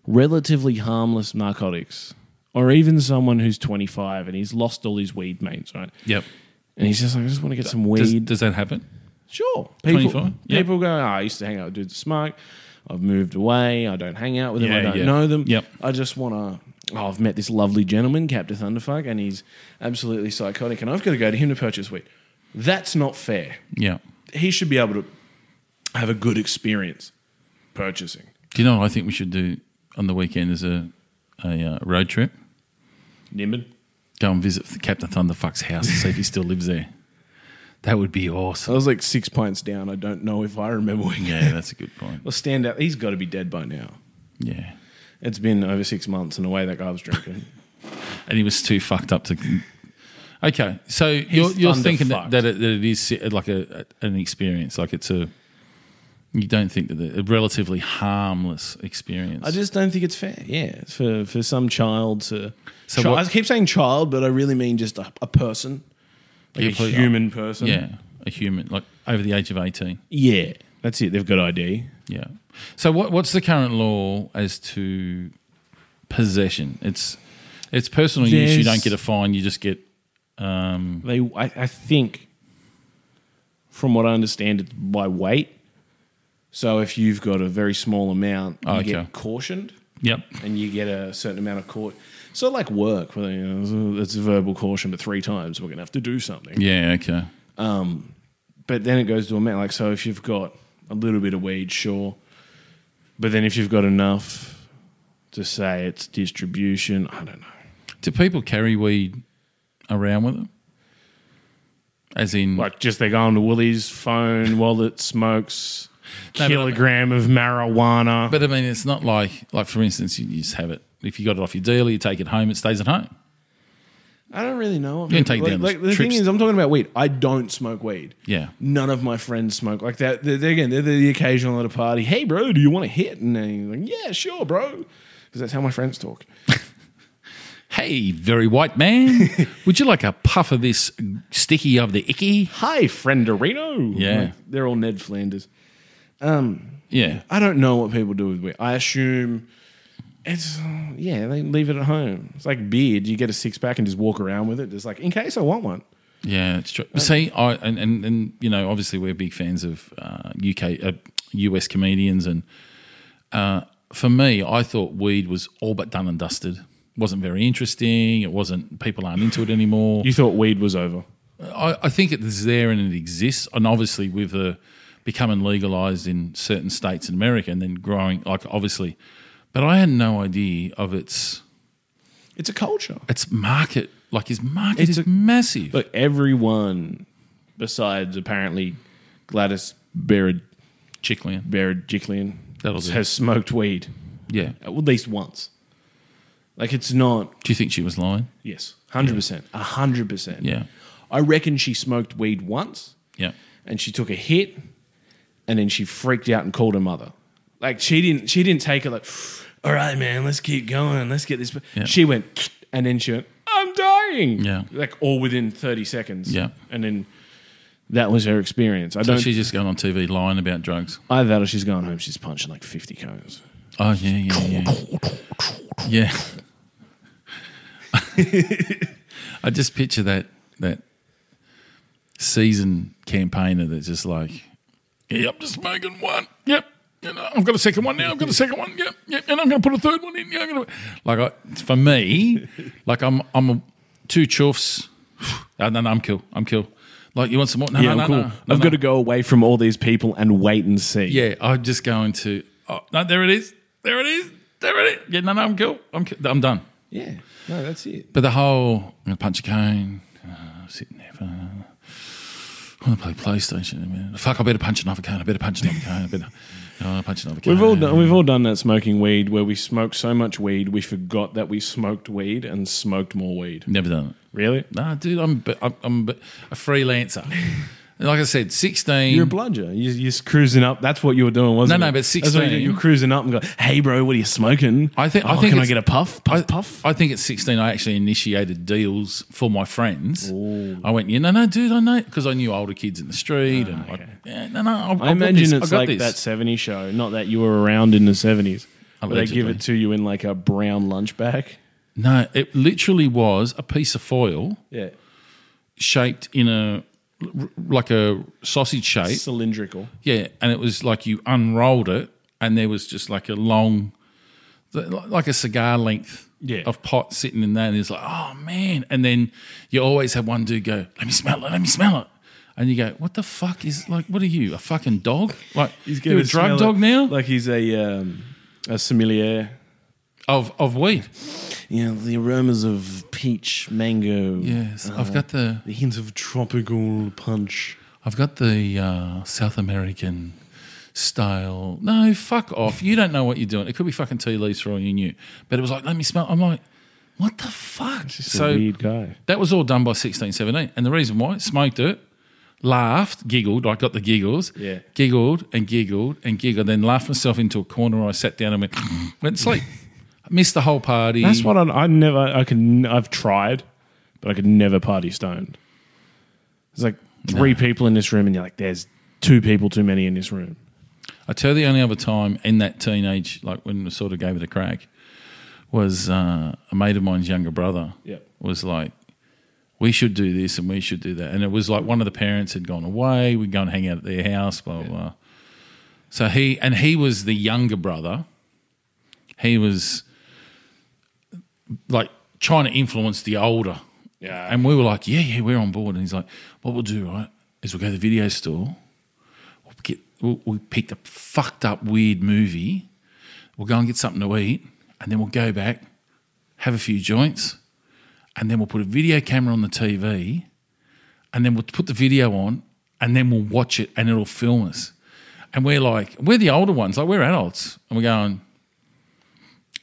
Speaker 5: relatively harmless narcotics, or even someone who's 25 and he's lost all his weed mates, right?
Speaker 4: Yep.
Speaker 5: And he's just like, I just want to get some
Speaker 4: Does,
Speaker 5: weed.
Speaker 4: does that happen?
Speaker 5: sure. People,
Speaker 4: 25? Yeah.
Speaker 5: people go, oh, I used to hang out with dudes that smoke. I've moved away. I don't hang out with them. I
Speaker 4: Yeah,
Speaker 5: don't
Speaker 4: yeah.
Speaker 5: know them.
Speaker 4: Yep.
Speaker 5: I just want to. Oh, I've met this lovely gentleman, Captain Thunderfuck, and he's absolutely psychotic, and I've got to go to him to purchase weed. That's not fair
Speaker 4: Yeah.
Speaker 5: he should be able to have a good experience purchasing.
Speaker 4: Do you know what I think we should do on the weekend as a, a uh, road trip?
Speaker 5: Nimbin.
Speaker 4: Go and visit Captain Thunderfuck's house and see if he still lives there. That would be
Speaker 5: I
Speaker 4: awesome.
Speaker 5: was like six pints down. I don't know if I remember when.
Speaker 4: Yeah, that's a good point.
Speaker 5: Well, stand out. He's got to be dead by now.
Speaker 4: Yeah.
Speaker 5: It's been over six months, and the way that guy was drinking.
Speaker 4: and he was too fucked up to. Okay, so you're you're
Speaker 5: thunder
Speaker 4: thinking
Speaker 5: fucked.
Speaker 4: that, that, it, that it is si- like a, a- an experience, like it's a. You don't think that the, a relatively harmless experience.
Speaker 5: I just don't think it's fair. Yeah, for for some child to.
Speaker 4: So
Speaker 5: Chi-
Speaker 4: what-
Speaker 5: I keep saying child, but I really mean just a, a person, like
Speaker 4: Yeah,
Speaker 5: a
Speaker 4: please.
Speaker 5: human person.
Speaker 4: yeah, a human like over the age of eighteen.
Speaker 5: yeah, that's it. They've got ID.
Speaker 4: Yeah. So what what's the current law as to possession? It's it's personal use. You
Speaker 5: There's-
Speaker 4: don't get a fine. You just get
Speaker 5: They, I, I think, from what I understand, it's by weight. So if you've got a very small amount, you
Speaker 4: Oh, okay.
Speaker 5: get cautioned,
Speaker 4: yep.
Speaker 5: and you get a certain amount of court. So like work, where you know, it's a verbal caution, but three times we're gonna have to do something.
Speaker 4: Yeah. Okay.
Speaker 5: But then it goes to amount. Like so, if you've got a little bit of weed, sure. But then if you've got enough to say it's distribution, I don't know.
Speaker 4: Do people carry weed around with them? As in,
Speaker 5: Like just they go on to Woolies, phone, wallet, smokes,
Speaker 4: No, but-
Speaker 5: kilogram of marijuana.
Speaker 4: But I mean, it's not like like for instance, you, you just have it. If you got it off your dealer, you take it home. It stays at home.
Speaker 5: I don't really know.
Speaker 4: You can take
Speaker 5: like,
Speaker 4: down
Speaker 5: like,
Speaker 4: the
Speaker 5: the thing
Speaker 4: trips.
Speaker 5: is, I'm talking about weed. I don't smoke weed.
Speaker 4: Yeah.
Speaker 5: None of my friends smoke like that. They're, they're- again, they're the occasional at a party. Hey, bro, do you want to hit? And then you're like, yeah, sure, bro. Because that's how my friends talk.
Speaker 4: Hey, very white man, would you like a puff of this sticky of the icky?
Speaker 5: Hi, frienderino.
Speaker 4: Yeah.
Speaker 5: Like, they're all Ned Flanders.
Speaker 4: Yeah.
Speaker 5: I don't know what people do with weed. I assume it's uh, yeah, they leave it at home. It's like beard. You get a six pack and just walk around with it. Just like in case I want one.
Speaker 4: Yeah, it's true. See, I and, and and you know, obviously we're big fans of uh, UK uh, US comedians, and uh, for me, I thought weed was all but done and dusted. wasn't very interesting. It wasn't. People aren't into it anymore.
Speaker 5: You thought weed was over.
Speaker 4: I, I think it's there and it exists, and obviously with the becoming legalized in certain states in America, and then growing like obviously, but I had no idea of its
Speaker 5: It's a culture.
Speaker 4: its market. Like his market
Speaker 5: It's
Speaker 4: is
Speaker 5: a-
Speaker 4: massive.
Speaker 5: Look, everyone besides apparently Gladys Berejiklian
Speaker 4: Chickland,
Speaker 5: Berejiklian
Speaker 4: That'll do.
Speaker 5: has smoked weed
Speaker 4: yeah.
Speaker 5: at least once. Like it's not
Speaker 4: Do you think she was lying?
Speaker 5: yes, hundred percent, hundred percent.
Speaker 4: Yeah,
Speaker 5: I reckon she smoked weed once.
Speaker 4: yeah.
Speaker 5: and she took a hit and then she freaked out and called her mother like she didn't she didn't take it like all right man let's keep going let's get this
Speaker 4: Yeah.
Speaker 5: she went and then she went i'm dying
Speaker 4: Yeah.
Speaker 5: like all within 30 seconds
Speaker 4: Yeah.
Speaker 5: and then that was her experience i
Speaker 4: So
Speaker 5: don't
Speaker 4: she's just going on TV lying about drugs.
Speaker 5: either that or she's going home she's punching like 50 cones
Speaker 4: Oh yeah, yeah, yeah. yeah. I just picture that that seasoned campaigner that's just like, yeah, I'm just smoking one. Yep. You know, I've got a second one now. I've got a second one. Yep, yep. And I'm going to put a third one in. Yeah, I'm going to like I, for me, like I'm I'm a, two chuffs. No, no, no, I'm cool. I'm cool. Like you want some more? No,
Speaker 5: yeah
Speaker 4: no,
Speaker 5: i'm
Speaker 4: no,
Speaker 5: cool
Speaker 4: no, no,
Speaker 5: i've
Speaker 4: no.
Speaker 5: got to go away from all these people and wait and see
Speaker 4: Yeah, I'm just going to. Oh, no, there it is. There it is. There it is. Yeah, no, no, I'm cool. I'm cool. I'm done.
Speaker 5: yeah no that's it
Speaker 4: But the whole I'm gonna punch a cone, uh, sitting there. For, I'm gonna play PlayStation. in a minute. Fuck! I better punch another cone. I better punch another cone. I better. No, I'll punch another cone.
Speaker 5: We've all done, we've all done that smoking weed where we smoked so much weed we forgot that we smoked weed and smoked more weed.
Speaker 4: Never done it.
Speaker 5: Really?
Speaker 4: Nah, dude, I'm b- I'm, I'm b- a freelancer. And like I said, 16.
Speaker 5: You're a bludger. You're, you're just cruising up. That's what you were doing, wasn't
Speaker 4: No,
Speaker 5: it?
Speaker 4: no, but
Speaker 5: That's what you do.
Speaker 4: 16.
Speaker 5: You're cruising up and go, hey, bro, what are you smoking?
Speaker 4: I think- I
Speaker 5: Oh,
Speaker 4: think
Speaker 5: can I
Speaker 4: it's-
Speaker 5: get a puff? Puff,
Speaker 4: I,
Speaker 5: puff.
Speaker 4: I think at 16, I actually initiated deals for my friends. I went, you know, no, dude, I know, because I knew older kids in the street. and like, yeah, no, no, I,
Speaker 5: Oh, I imagine
Speaker 4: this.
Speaker 5: it's
Speaker 4: I got
Speaker 5: like
Speaker 4: this.
Speaker 5: that 70s show. Not that you were around in the 70s. But they give
Speaker 4: Allegedly.
Speaker 5: it to you in like a brown lunch bag.
Speaker 4: No, it literally was a piece of foil
Speaker 5: Yeah.
Speaker 4: shaped in a like a sausage shape.
Speaker 5: Cylindrical.
Speaker 4: Yeah, and it was like you unrolled it, and there was just like a long, like a cigar length
Speaker 5: Yeah.
Speaker 4: of pot sitting in there. And it's like, oh man! And then you always have one dude go, "Let me smell it, let me smell it," and you go, "What the fuck is like? What are you, a fucking dog? Like you're a
Speaker 5: gonna smell
Speaker 4: drug
Speaker 5: it
Speaker 4: dog now
Speaker 5: Like he's a, um, a sommelier.
Speaker 4: of of weed?"
Speaker 5: You know, the aromas of peach, mango.
Speaker 4: Yes,
Speaker 5: Uh-huh.
Speaker 4: I've got the
Speaker 5: The hint of tropical punch.
Speaker 4: I've got the uh, South American style. No, fuck off. You don't know what you're doing. It could be fucking tea leaves for all you knew. But it was like, let me smell. I'm like, what the fuck? So
Speaker 5: guy.
Speaker 4: that was all done by 16, 17. And the reason why, smoked it, laughed, giggled. I got the giggles.
Speaker 5: Yeah.
Speaker 4: Giggled and giggled and giggled. Then laughed myself into a corner. I sat down and went, went to sleep. I missed the whole party.
Speaker 5: That's what I, I never. I can. I've tried, but I could never party stoned. There's like three people in this room, and you're like, "There's two people too many in this room."
Speaker 4: I tell you the only other time in that teenage, like when we sort of gave it a crack, was uh, a mate of mine's younger brother
Speaker 5: Yep.
Speaker 4: was like, we should do this and we should do that. And it was like one of the parents had gone away. We'd go and hang out at their house, blah, blah, blah. So he, and he was the younger brother. He was like trying to influence the older.
Speaker 5: Yeah.
Speaker 4: And we were like, yeah, yeah, we're on board. And he's like, what we'll do, right, is we'll go to the video store. We'll get, we'll, we picked a fucked up weird movie. We'll go and get something to eat. And then we'll go back, have a few joints. And then we'll put a video camera on the TV. And then we'll put the video on. And then we'll watch it and it'll film us. And we're like, we're the older ones, like we're adults. And we're going,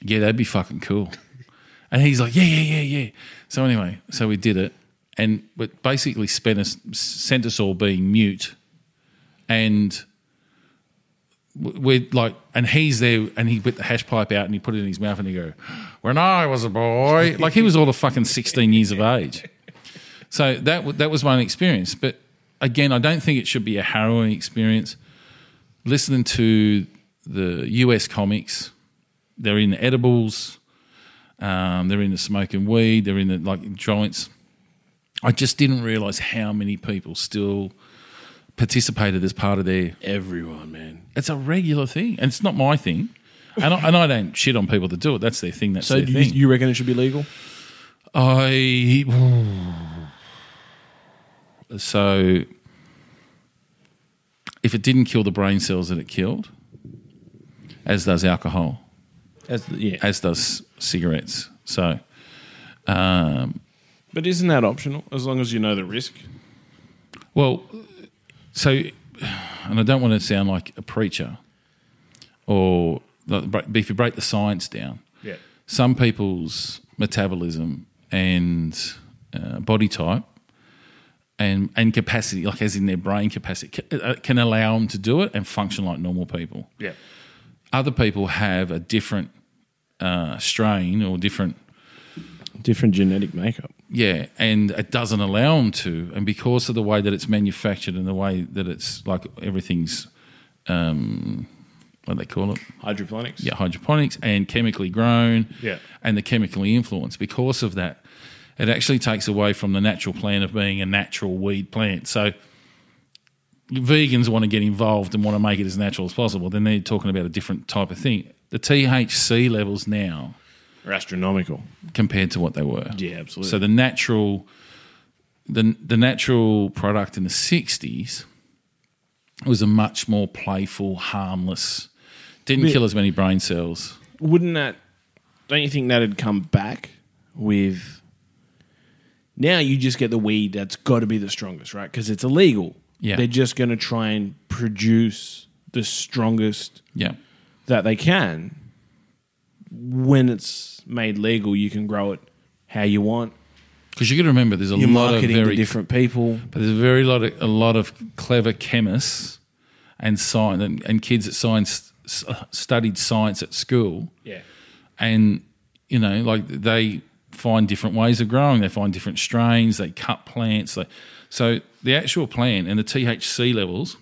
Speaker 4: yeah, that'd be fucking cool. And he's like, yeah, yeah, yeah, yeah. So anyway, so we did it, and but basically spent us, sent us all being mute, and w- we're like, and he's there, and he put the hash pipe out, and he put it in his mouth, and he go, "When I was a boy," like he was all of fucking sixteen years of age. So that w- that was my own experience, but again, I don't think it should be a harrowing experience. Listening to the US comics, they're in edibles, um, they're in the smoking weed, they're in the like joints. I just didn't realize how many people still participated as part of their
Speaker 5: Everyone, man.
Speaker 4: it's a regular thing, and it's not my thing. And I, and I don't shit on people that do it. That's their thing. That's
Speaker 5: So
Speaker 4: their
Speaker 5: do you,
Speaker 4: thing.
Speaker 5: you reckon it should be legal?
Speaker 4: I so if it didn't kill the brain cells that it killed, as does alcohol,
Speaker 5: As the, yeah.
Speaker 4: as does cigarettes. So
Speaker 5: But isn't that optional as long as you know the risk?
Speaker 4: Well, so, and I don't want to sound like a preacher or like, break- if you break the science down,
Speaker 5: Yeah.
Speaker 4: some people's metabolism and uh, body type and, and capacity, like as in their brain capacity, ca- uh, can allow them to do it and function like normal people
Speaker 5: Yeah.
Speaker 4: other people have a different uh, strain or different
Speaker 5: Different genetic makeup.
Speaker 4: yeah and it doesn't allow them to and because of the way that it's manufactured and the way that it's like everything's um what do they call it
Speaker 5: Hydroponics.
Speaker 4: yeah hydroponics and chemically grown
Speaker 5: Yeah.
Speaker 4: and the chemically influenced because of that it actually takes away from the natural plan of being a natural weed plant so vegans want to get involved and want to make it as natural as possible then they're talking about a different type of thing the thc levels now
Speaker 5: Are astronomical.
Speaker 4: compared to what they were
Speaker 5: Yeah, absolutely.
Speaker 4: so the natural the the natural product in the 60s was a much more playful harmless didn't kill as many brain cells
Speaker 5: wouldn't that don't you think that'd come back with now you just get the weed that's got to be the strongest right because it's illegal
Speaker 4: Yeah.
Speaker 5: they're just going to try and produce the strongest
Speaker 4: yeah
Speaker 5: that they can when it's made legal you can grow it how you want
Speaker 4: Because you got to remember, there's a
Speaker 5: you're
Speaker 4: lot of
Speaker 5: marketing to
Speaker 4: very,
Speaker 5: different people
Speaker 4: but there's a very lot of a lot of clever chemists and science and, and kids that science s- studied science at school,
Speaker 5: yeah
Speaker 4: and you know, like they find different ways of growing, they find different strains, they cut plants, they, so the actual plant and the THC levels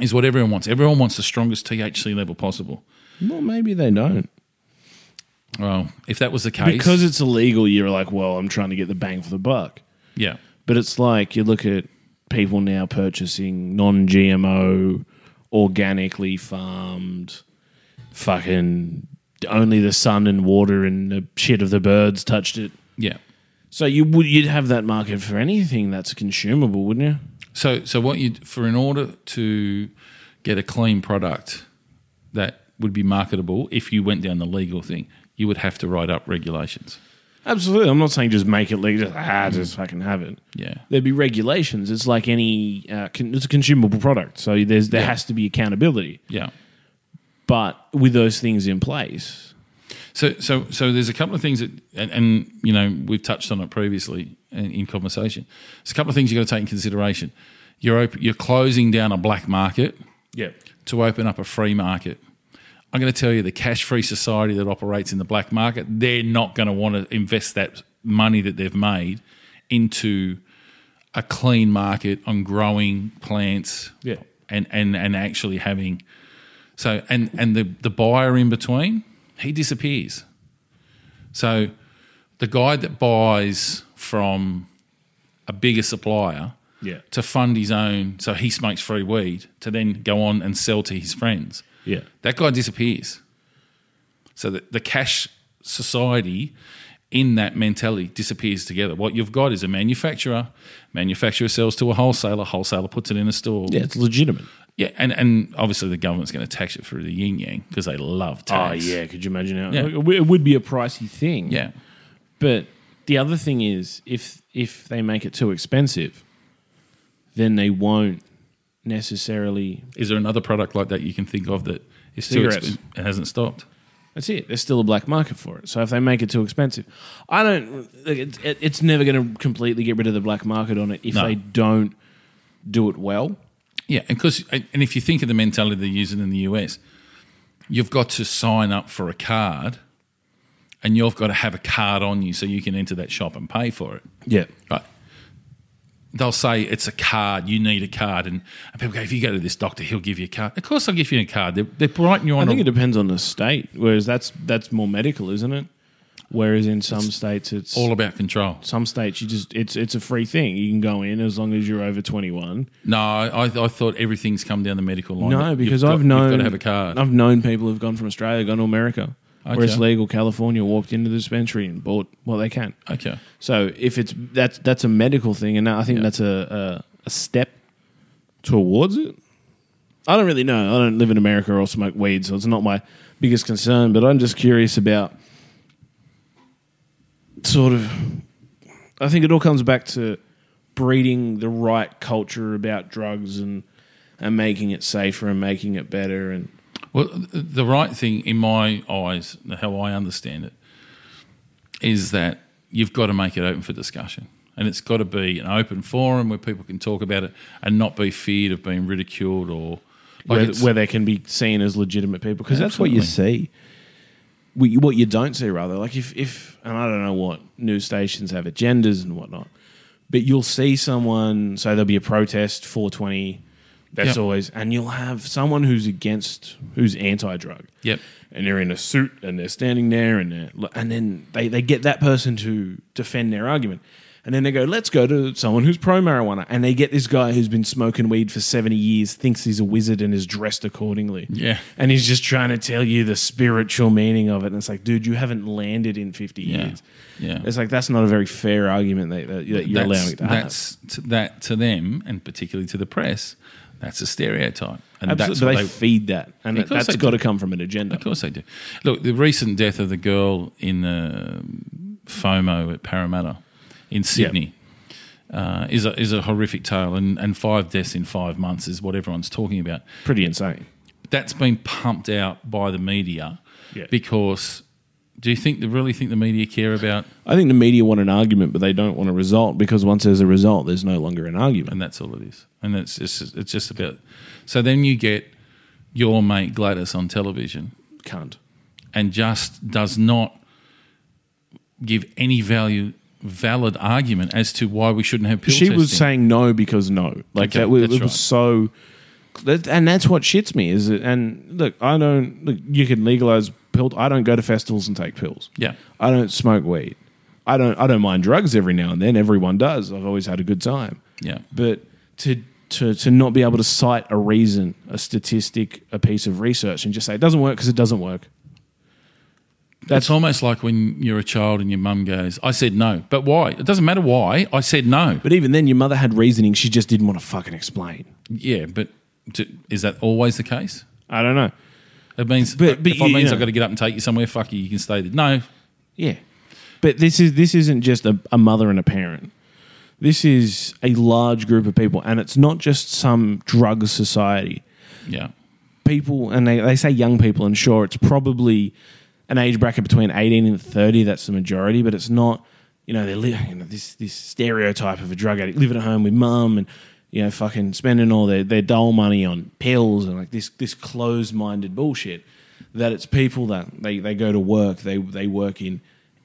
Speaker 4: is what everyone wants. Everyone wants the strongest THC level possible.
Speaker 5: well maybe they don't
Speaker 4: Well, if that was the case,
Speaker 5: because it's illegal you're like well i'm trying to get the bang for the buck
Speaker 4: yeah,
Speaker 5: But it's like you look at people now purchasing non GMO, organically farmed, fucking only the sun and water and the shit of the birds touched it.
Speaker 4: yeah.
Speaker 5: So you would you'd have that market for anything that's consumable, wouldn't you?
Speaker 4: So, so what you for in order to get a clean product that would be marketable if you went down the legal thing, you would have to write up regulations.
Speaker 5: Absolutely. I'm not saying just make it legal. Just, ah, just fucking have it.
Speaker 4: Yeah,
Speaker 5: There'd be regulations. It's like any uh, con- it's a consumable product, so there's there has to be accountability.
Speaker 4: yeah.
Speaker 5: But with those things in place,
Speaker 4: So, so, so there's a couple of things that, and, and you know, we've touched on it previously in, in conversation. There's a couple of things you've got to take in consideration. You're op- you're closing down a black market
Speaker 5: yeah,
Speaker 4: to open up a free market. I'm going to tell you the cash free society that operates in the black market, they're not going to want to invest that money that they've made into a clean market on growing plants
Speaker 5: Yeah.
Speaker 4: and, and, and actually having. So, and, and the, the buyer in between, he disappears. So, the guy that buys from a bigger supplier
Speaker 5: Yeah.
Speaker 4: to fund his own, so he smokes free weed to then go on and sell to his friends.
Speaker 5: yeah.
Speaker 4: That guy disappears. So the, the cash society in that mentality disappears together. What you've got is a manufacturer, manufacturer sells to a wholesaler, wholesaler puts it in a store.
Speaker 5: Yeah, it's legitimate.
Speaker 4: Yeah, and, and obviously the government's going to tax it through the yin yang because they love
Speaker 5: Oh
Speaker 4: tax.
Speaker 5: yeah, could you imagine how
Speaker 4: Yeah.
Speaker 5: it w- it would be a pricey thing.
Speaker 4: Yeah.
Speaker 5: But the other thing is if if they make it too expensive, then they won't necessarily
Speaker 4: Is there another product like that you can think of that is too
Speaker 5: Cigarettes.
Speaker 4: expensive and hasn't stopped?
Speaker 5: that's it. There's still a black market for it. So if they make it too expensive, I don't. Like it, it, it's never going to completely get rid of the black market on it if
Speaker 4: No.
Speaker 5: they don't do it well.
Speaker 4: Yeah, and, 'cause- and and if you think of the mentality they're using in the US, you've got to sign up for a card, and you've got to have a card on you so you can enter that shop and pay for it.
Speaker 5: Yeah.
Speaker 4: Right. They'll say it's a card. You need a card, and, and people go, "If you go to this doctor, he'll give you a card." Of course, they'll give you a card. They're, they're bright and you're
Speaker 5: I
Speaker 4: on.
Speaker 5: think
Speaker 4: a-
Speaker 5: it depends on the state. Whereas that's that's more medical, isn't it? Whereas in some states, it's
Speaker 4: all about control.
Speaker 5: some states you just it's it's a free thing. You can go in as long as you're over twenty one.
Speaker 4: No, I, I thought everything's come down the medical line.
Speaker 5: No,
Speaker 4: You've
Speaker 5: because
Speaker 4: got-
Speaker 5: I've known
Speaker 4: you've got to have a card.
Speaker 5: I've known people who've gone from Australia, gone to America, where it's
Speaker 4: Okay.
Speaker 5: legal. California walked into the dispensary and bought what they can.
Speaker 4: okay,
Speaker 5: So if it's that's that's a medical thing, and I think that's a, a a step towards it. I don't really know. I don't live in America or smoke weed, so it's not my biggest concern. But I'm just curious about sort of. I think it all comes back to breeding the right culture about drugs and and making it safer and making it better and
Speaker 4: well, th- the right thing in my eyes, how I understand it, is that you've got to make it open for discussion, and it's got to be an open forum where people can talk about it and not be feared of being ridiculed or like
Speaker 5: where,
Speaker 4: it's-
Speaker 5: where they can be seen as legitimate people because that's what you see. What you, what you don't see, rather, like if if and I don't know what news stations have agendas and whatnot, but you'll see someone. So there'll be a protest, four twenty. That's
Speaker 4: Yep.
Speaker 5: always, and you'll have someone who's against, who's anti-drug.
Speaker 4: Yep.
Speaker 5: And they're in a suit, and they're standing there, and they're, and then they, they get that person to defend their argument, and then they go, let's go to someone who's pro marijuana, and they get this guy who's been smoking weed for seventy years, thinks he's a wizard, and is dressed accordingly.
Speaker 4: Yeah.
Speaker 5: And he's just trying to tell you the spiritual meaning of it, and it's like, dude, you haven't landed in fifty
Speaker 4: Yeah.
Speaker 5: years.
Speaker 4: Yeah.
Speaker 5: It's like that's not a very fair argument that, that you're
Speaker 4: that's,
Speaker 5: allowing to have.
Speaker 4: that's to, that to them and particularly to the press. That's a stereotype, and
Speaker 5: Absolutely,
Speaker 4: that's
Speaker 5: but
Speaker 4: what
Speaker 5: they,
Speaker 4: they
Speaker 5: feed that, and
Speaker 4: Of course
Speaker 5: that's
Speaker 4: they
Speaker 5: got to
Speaker 4: do.
Speaker 5: come from an agenda.
Speaker 4: Of course they do. Look, the recent death of the girl in the FOMO at Parramatta in Sydney uh, is a is a horrific tale, and, and five deaths in five months is what everyone's talking about.
Speaker 5: Pretty insane.
Speaker 4: That's been pumped out by the media
Speaker 5: Yeah.
Speaker 4: because do you think they really think the media care about?
Speaker 5: I think the media want an argument, but they don't want a result because once there's a result, there's no longer an argument.
Speaker 4: And that's all it is, and it's just it's just about. So then you get your mate Gladys on television,
Speaker 5: Can't.
Speaker 4: and just does not give any value valid argument as to why we shouldn't have pill
Speaker 5: She
Speaker 4: testing.
Speaker 5: was saying no because no. Like
Speaker 4: Okay,
Speaker 5: that was, it
Speaker 4: that's right.
Speaker 5: was so. that- and that's what shits me is it, and look, I don't look. You can legalize pills. I don't go to festivals and take pills.
Speaker 4: Yeah.
Speaker 5: I don't smoke weed. I don't. I don't mind drugs every now and then. Everyone does. I've always had a good time.
Speaker 4: Yeah.
Speaker 5: But to to to not be able to cite a reason, a statistic, a piece of research, and just say it doesn't work because it doesn't work.
Speaker 4: It's almost like when you're a child and your mum goes, "I said no, but why? It doesn't matter why. I said no."
Speaker 5: But even then, your mother had reasoning. She just didn't want to fucking explain.
Speaker 4: Yeah, but do, is that always the case?
Speaker 5: I don't know.
Speaker 4: It means
Speaker 5: But- but
Speaker 4: if it
Speaker 5: you-
Speaker 4: means
Speaker 5: you know.
Speaker 4: I've got to get up and take you somewhere, fuck you, you can stay there. No,
Speaker 5: Yeah, but this is this isn't just a, a mother and a parent. This is a large group of people, and it's not just some drug society.
Speaker 4: yeah,
Speaker 5: People, and they, they say young people, and sure, it's probably an age bracket between eighteen and thirty. That's the majority, but it's not. You know, they're li- you know, this this stereotype of a drug addict living at home with mum and you know fucking spending all their their dole money on pills and like this this closed minded bullshit. That it's people that they they go to work, they they work in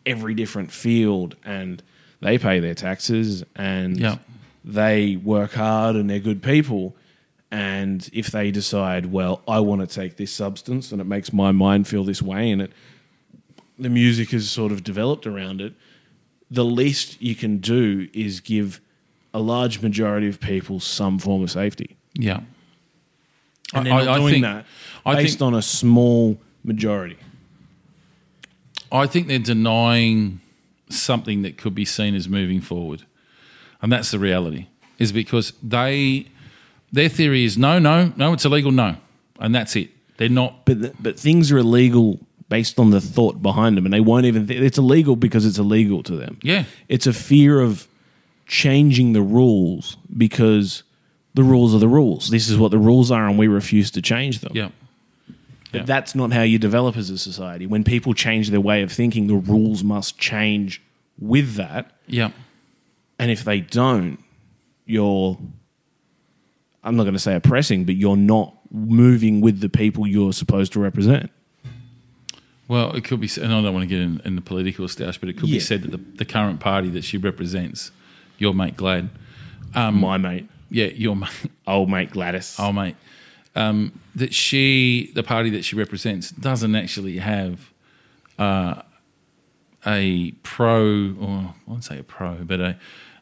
Speaker 5: every different field, and they pay their taxes and
Speaker 4: Yeah.
Speaker 5: they work hard and they're good people. And if they decide, well, I want to take this substance and it makes my mind feel this way, and it the music has sort of developed around it, the least you can do is give a large majority of people some form of safety.
Speaker 4: yeah.
Speaker 5: And they're not doing that
Speaker 4: I
Speaker 5: based
Speaker 4: think,
Speaker 5: on a small majority.
Speaker 4: I think they're denying something that could be seen as moving forward. And that's the reality. Is because they their theory is no, no, no, it's illegal, no. And that's it. They're not
Speaker 5: But th but things are illegal based on the thought behind them, and they won't even. Th- it's illegal because it's illegal to them.
Speaker 4: Yeah.
Speaker 5: it's a fear of changing the rules because the rules are the rules. This is what the rules are, and we refuse to change them.
Speaker 4: Yeah.
Speaker 5: But
Speaker 4: Yeah.
Speaker 5: that's not how you develop as a society. When people change their way of thinking, the rules must change with that.
Speaker 4: Yeah.
Speaker 5: And if they don't, you're I'm not going to say oppressing, but you're not moving with the people you're supposed to represent.
Speaker 4: Well, it could be, and I don't want to get in, in the political stoush, but it could
Speaker 5: Yeah.
Speaker 4: be said that the, the current party that she represents, your mate Glad, Mm.
Speaker 5: My mate,
Speaker 4: yeah, your mate,
Speaker 5: old mate Gladys.
Speaker 4: oh mate, um, that she, the party that she represents, doesn't actually have uh, a pro, or I won't say a pro, but a,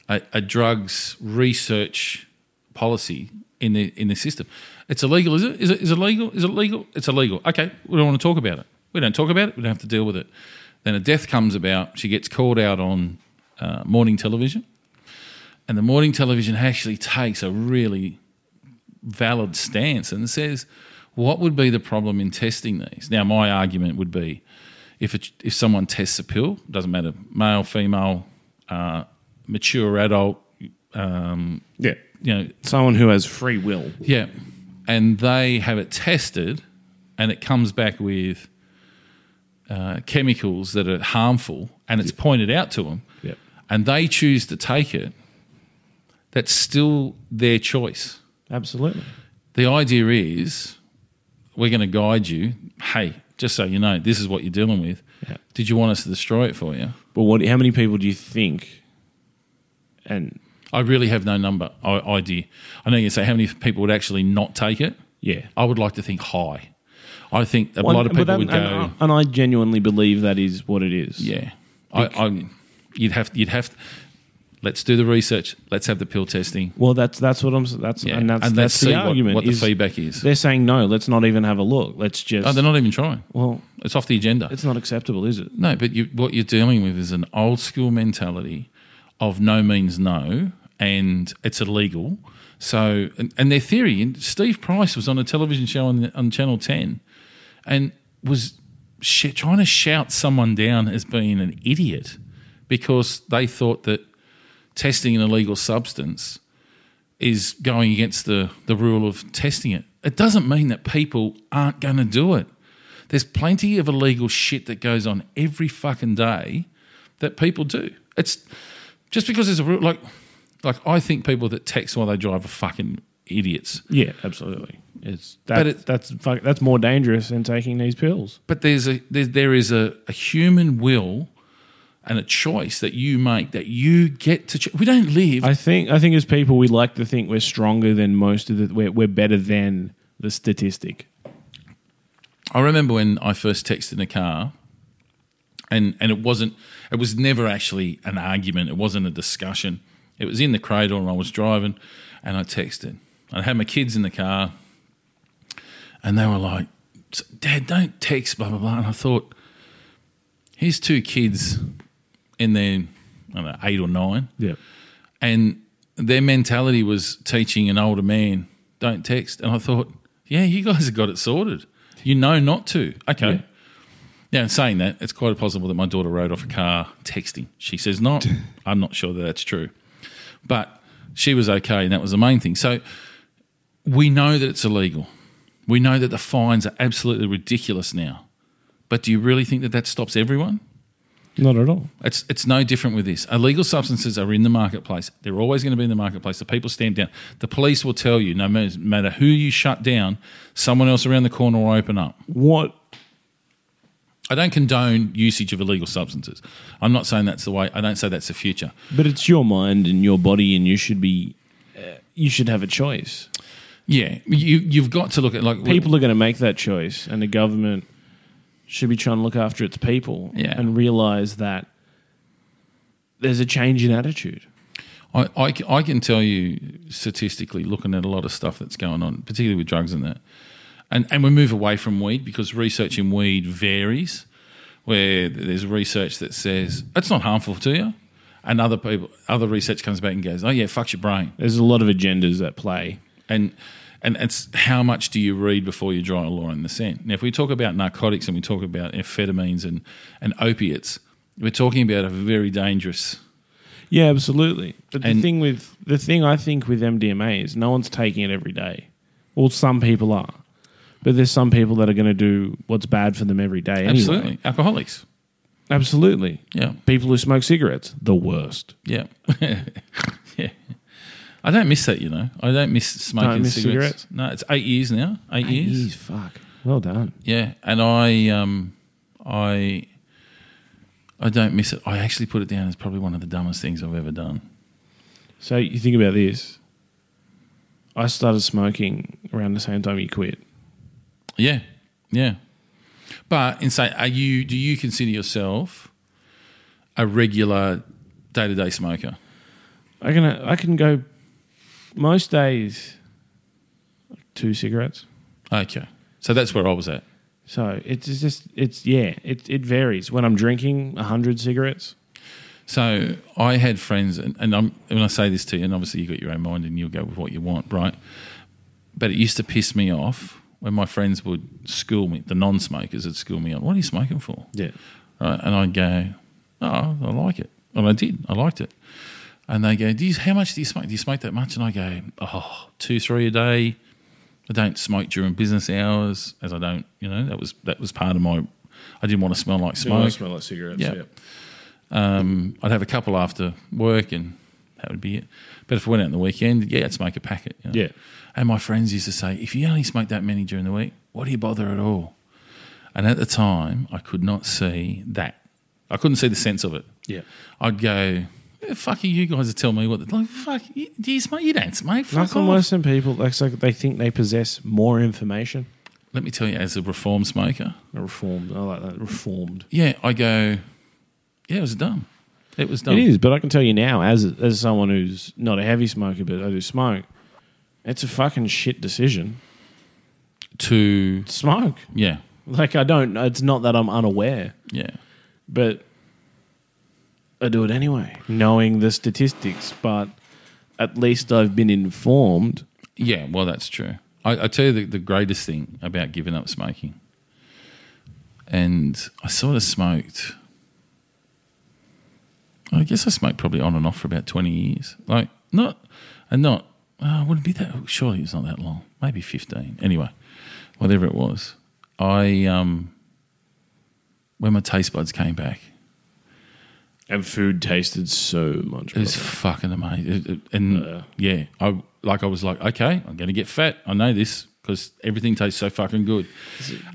Speaker 4: a, a drugs research policy in the in the system. It's illegal, is it? Is it is it legal? Is it legal? It's illegal. Okay, we don't want to talk about it. We don't talk about it. We don't have to deal with it. Then a death comes about. She gets called out on uh, morning television, and the morning television actually takes a really valid stance and says, what would be the problem in testing these? Now, my argument would be if, it, if someone tests a pill, doesn't matter, male, female, uh, mature adult, um,
Speaker 5: yeah,
Speaker 4: you know,
Speaker 5: someone who has free will.
Speaker 4: yeah. And they have it tested and it comes back with uh, chemicals that are harmful and it's pointed out to them
Speaker 5: Yep.
Speaker 4: and they choose to take it, that's still their choice.
Speaker 5: Absolutely.
Speaker 4: The idea is we're going to guide you. Hey, just so you know, this is what you're dealing with.
Speaker 5: Yeah.
Speaker 4: Did you want us to destroy it for you?
Speaker 5: But what? How many people do you think? And
Speaker 4: I really have no number I, idea. I know you say how many people would actually not take it.
Speaker 5: yeah,
Speaker 4: I would like to think high. I think a
Speaker 5: Well,
Speaker 4: lot of
Speaker 5: but
Speaker 4: people
Speaker 5: that-
Speaker 4: would go.
Speaker 5: and, I- and I genuinely believe that is what it is.
Speaker 4: Yeah, I, I, you'd have you'd have. Let's do the research. Let's have the pill testing.
Speaker 5: Well, that's that's what I'm. s- That's
Speaker 4: Yeah,
Speaker 5: and that's,
Speaker 4: and let's
Speaker 5: that's
Speaker 4: see
Speaker 5: the
Speaker 4: what-
Speaker 5: argument.
Speaker 4: what the
Speaker 5: is
Speaker 4: feedback is.
Speaker 5: They're saying no. Let's not even have a look. Let's just.
Speaker 4: Oh, they're not even trying.
Speaker 5: well,
Speaker 4: It's off the agenda.
Speaker 5: it's not acceptable, is it?
Speaker 4: No, but you, what you're dealing with is an old school mentality of no means no, and it's illegal. So, and, and their theory, and Steve Price was on a television show on, on Channel 10 and was sh- trying to shout someone down as being an idiot because they thought that testing an illegal substance is going against the, the rule of testing it. It doesn't mean that people aren't going to do it. There's plenty of illegal shit that goes on every fucking day that people do. It's just because there's a rule, like, like I think people that text while they drive are fucking idiots.
Speaker 5: Yeah, absolutely. It's that,
Speaker 4: But it-
Speaker 5: that's fuck, that's more dangerous than taking these pills.
Speaker 4: but there's a there, there is a, a human will and a choice that you make that you get to cho- we don't live
Speaker 5: I think I think as people we like to think we're stronger than most of the we're, we're better than the statistic.
Speaker 4: I remember when I first texted in a car, and and it wasn't, it was never actually an argument. It wasn't a discussion. It was in the cradle, and I was driving, and I texted. I had my kids in the car, and they were like, "Dad, don't text," blah blah blah. And I thought, here's two kids in their, I don't know, eight or nine,
Speaker 5: Yeah.
Speaker 4: and their mentality was teaching an older man don't text and i thought yeah you guys have got it sorted you know not to okay now in saying that it's quite possible that my daughter rode off a car texting she says not i'm not sure that that's true but she was okay and that was the main thing so we know that it's illegal we know that the fines are absolutely ridiculous now but do you really think that that stops everyone
Speaker 5: Not at all.
Speaker 4: it's it's no different with this. Illegal substances are in the marketplace. They're always going to be in the marketplace. The people stand down. The police will tell you, no ma- matter who you shut down, someone else around the corner will open up.
Speaker 5: What
Speaker 4: I don't condone usage of illegal substances. I'm not saying that's the way. I don't say that's the future.
Speaker 5: but it's your mind and your body and you should be uh, you should have a choice.
Speaker 4: Yeah, you you've got to look at like
Speaker 5: people are going to make that choice, and the government should be trying to look after its people
Speaker 4: Yeah.
Speaker 5: and realize that there's a change in attitude.
Speaker 4: I, I c- I can tell you statistically, looking at a lot of stuff that's going on, particularly with drugs and that, and, and we move away from weed because research in weed varies, where there's research that says it's not harmful to you, and other people, other research comes back and goes, oh yeah, fucks your brain,
Speaker 5: There's a lot of agendas at play.
Speaker 4: and and it's how much do you read before you draw a line in the sand. Now, if we talk about narcotics and we talk about amphetamines and and opiates, we're talking about a very dangerous.
Speaker 5: Yeah, absolutely. But the
Speaker 4: And-
Speaker 5: thing with the thing I think with MDMA is no one's taking it every day. Well, some people are, but there's some people that are going to do what's bad for them every day. Anyway.
Speaker 4: Absolutely, alcoholics.
Speaker 5: absolutely.
Speaker 4: Yeah.
Speaker 5: People who smoke cigarettes, the worst.
Speaker 4: Yeah. yeah. I don't miss that, you know. I don't miss smoking
Speaker 5: Don't miss
Speaker 4: cigarettes. No, it's eight years now. Eight, years.
Speaker 5: Jeez, fuck. Well done.
Speaker 4: Yeah, and I, um, I, I don't miss it. I actually put it down as probably one of the dumbest things I've ever done.
Speaker 5: So you think about this. I started smoking around the same time you quit.
Speaker 4: Yeah, yeah. But in say, are you? Do you consider yourself a regular day to day smoker?
Speaker 5: I can I can go most days two cigarettes.
Speaker 4: Okay, so that's where I was at.
Speaker 5: So it's it's just it's yeah it it varies. When I'm drinking hundred cigarettes,
Speaker 4: So I had friends, and, and I'm, when I say this to you, and obviously you've got your own mind and you'll go with what you want, right? But it used to piss me off when my friends would school me, the non smokers would school me on, what are you smoking for?
Speaker 5: yeah,
Speaker 4: Right? And I'd go, oh, I like it. And I did, I liked it. And they go, do you, how much do you smoke? Do you smoke that much? And I go, oh, two, three a day. I don't smoke during business hours, as I don't, you know, that was that was part of my, I didn't want to smell like smoke.
Speaker 5: like cigarettes.
Speaker 4: Yeah. Um, I'd have a couple after work, and that would be it. But if I went out on the weekend, yeah, I'd smoke a packet. you know.
Speaker 5: Yeah.
Speaker 4: And my friends used to say, if you only smoke that many during the week, what do you bother at all? And at the time, I could not see that. I couldn't see the sense of it.
Speaker 5: Yeah.
Speaker 4: I'd go, "Eh, fuck are you guys to tell me what the like, fuck you, do you smoke? You don't smoke. Fuck
Speaker 5: Nothing
Speaker 4: off.
Speaker 5: worse than people that's like they think they possess more information.
Speaker 4: Let me tell you, as a reform smoker,
Speaker 5: Reformed, I like that. Reformed.
Speaker 4: yeah, I go, yeah, it was dumb. It was dumb.
Speaker 5: It is, but I can tell you now, as as someone who's not a heavy smoker, but I do smoke, it's a fucking shit decision.
Speaker 4: to
Speaker 5: Smoke,
Speaker 4: yeah,
Speaker 5: like I don't. It's not that I'm unaware,
Speaker 4: yeah.
Speaker 5: but I do it anyway, knowing the statistics. But at least I've been informed.
Speaker 4: Yeah, well, that's true. I, I tell you the, the greatest thing about giving up smoking. And I sort of smoked. I guess I smoked probably on and off for about 20 years. Like, not, and not, uh, wouldn't be that, surely it was not that long, maybe 15. Anyway, whatever it was. I, um, when my taste buds came back,
Speaker 5: And food tasted so much.
Speaker 4: it was fucking amazing. It- it- and yeah, I like I was like, okay, I'm gonna get fat. I know this because everything tastes so fucking good.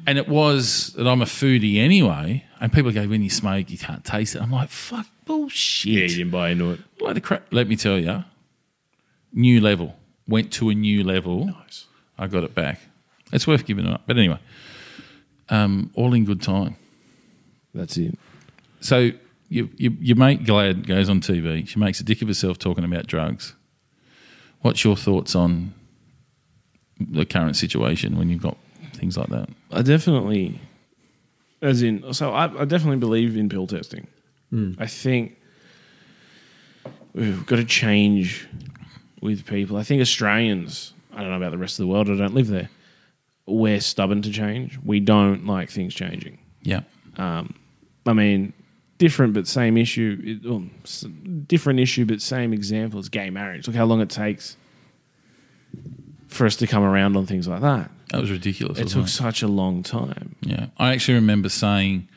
Speaker 4: And it was that I'm a foodie anyway. And people go, when you smoke, you can't taste it. I'm like, fuck bullshit.
Speaker 5: didn't buy into it.
Speaker 4: Like the crap. Let me tell you, new level. Went to a new level. Nice. I got it back. It's worth giving it up. But anyway, um, all in good time.
Speaker 5: That's it.
Speaker 4: So you, you, your mate Glad goes on TV. She makes a dick of herself talking about drugs. What's your thoughts on the current situation when you've got things like that?
Speaker 5: I definitely, as in, so I, I definitely believe in pill testing. I think we've got to change with people. I think Australians, I don't know about the rest of the world, I don't live there. We're stubborn to change. We don't like things changing.
Speaker 4: Yeah.
Speaker 5: I mean, different but same issue. It, well, s- different issue but same example as gay marriage. Look how long it takes for us to come around on things like that.
Speaker 4: That was ridiculous.
Speaker 5: It
Speaker 4: wasn't
Speaker 5: took such a long time.
Speaker 4: Yeah, I actually remember saying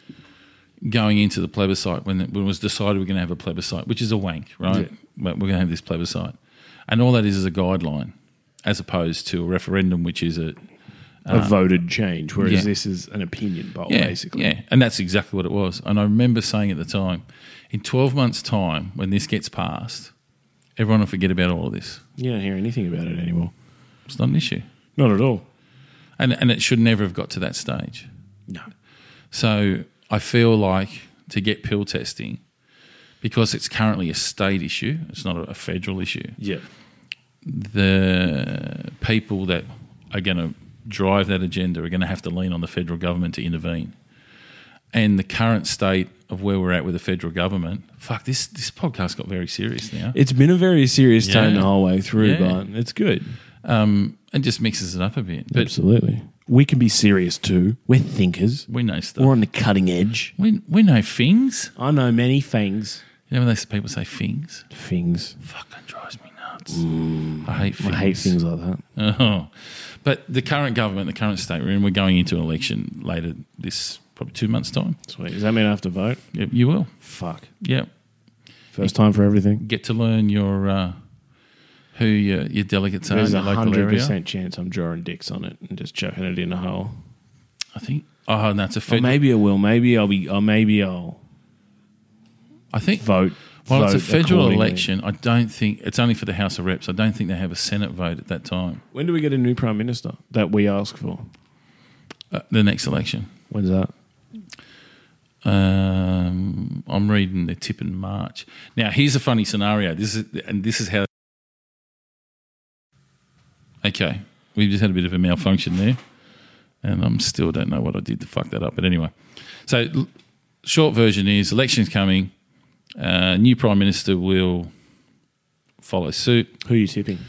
Speaker 4: going into the plebiscite when it, when it was decided we're going to have a plebiscite, which is a wank, right?
Speaker 5: Yeah.
Speaker 4: But we're going to have this plebiscite, and all that is is a guideline, as opposed to a referendum, which is a
Speaker 5: a voted change, whereas
Speaker 4: yeah.
Speaker 5: this is an opinion poll,
Speaker 4: yeah,
Speaker 5: basically.
Speaker 4: yeah, and that's exactly what it was. And I remember saying at the time, in twelve months' time, when this gets passed, everyone will forget about all of this.
Speaker 5: You don't hear anything about it anymore.
Speaker 4: It's not an issue,
Speaker 5: Not at all.
Speaker 4: and and it should never have got to that stage.
Speaker 5: No.
Speaker 4: So I feel like to get pill testing, because it's currently a state issue, it's not a federal issue,
Speaker 5: Yeah.
Speaker 4: the people that are going to drive that agenda are going to have to lean on the federal government to intervene. And the current state of where we're at with the federal government, fuck, this, this podcast got very serious now.
Speaker 5: It's been a very serious tone
Speaker 4: Yeah.
Speaker 5: the whole way through,
Speaker 4: Yeah.
Speaker 5: but it's good.
Speaker 4: Um, and just mixes it up a bit. But
Speaker 5: Absolutely. We can be serious too. We're thinkers.
Speaker 4: we know stuff.
Speaker 5: We're on the cutting edge.
Speaker 4: we, we know things.
Speaker 5: I know many things.
Speaker 4: You know when they say, people say things?
Speaker 5: Things.
Speaker 4: Fucking drives me nuts. I hate things.
Speaker 5: I hate things like that.
Speaker 4: Oh, but the current government, the current state we're in, we're going into an election later this probably two months' time.
Speaker 5: Sweet. Does that mean I have to vote?
Speaker 4: Yep, you will.
Speaker 5: Fuck.
Speaker 4: Yep,
Speaker 5: First time for everything.
Speaker 4: get to learn your uh, who your, your delegates are
Speaker 5: There's
Speaker 4: in
Speaker 5: a
Speaker 4: your local
Speaker 5: hundred
Speaker 4: area.
Speaker 5: percent chance I'm drawing dicks on it and just chucking it in a hole.
Speaker 4: I think. Oh, no, it's a
Speaker 5: Or
Speaker 4: federal.
Speaker 5: maybe I will. Maybe I'll be. Or maybe I'll
Speaker 4: I think.
Speaker 5: vote.
Speaker 4: Well, it's a
Speaker 5: vote
Speaker 4: federal
Speaker 5: accordingly.
Speaker 4: election. I don't think it's only for the House of Reps. I don't think they have a Senate vote at that time.
Speaker 5: When do we get a new prime minister that we ask for?
Speaker 4: Uh, the next election.
Speaker 5: When's that?
Speaker 4: Um, I'm reading the tip in March. Now, here's a funny scenario. This is and this is how. Okay, we've just had a bit of a malfunction there, and I'm still don't know what I did to fuck that up. But anyway, so l- short version is elections coming. Uh, new prime minister will follow suit.
Speaker 5: Who are you tipping?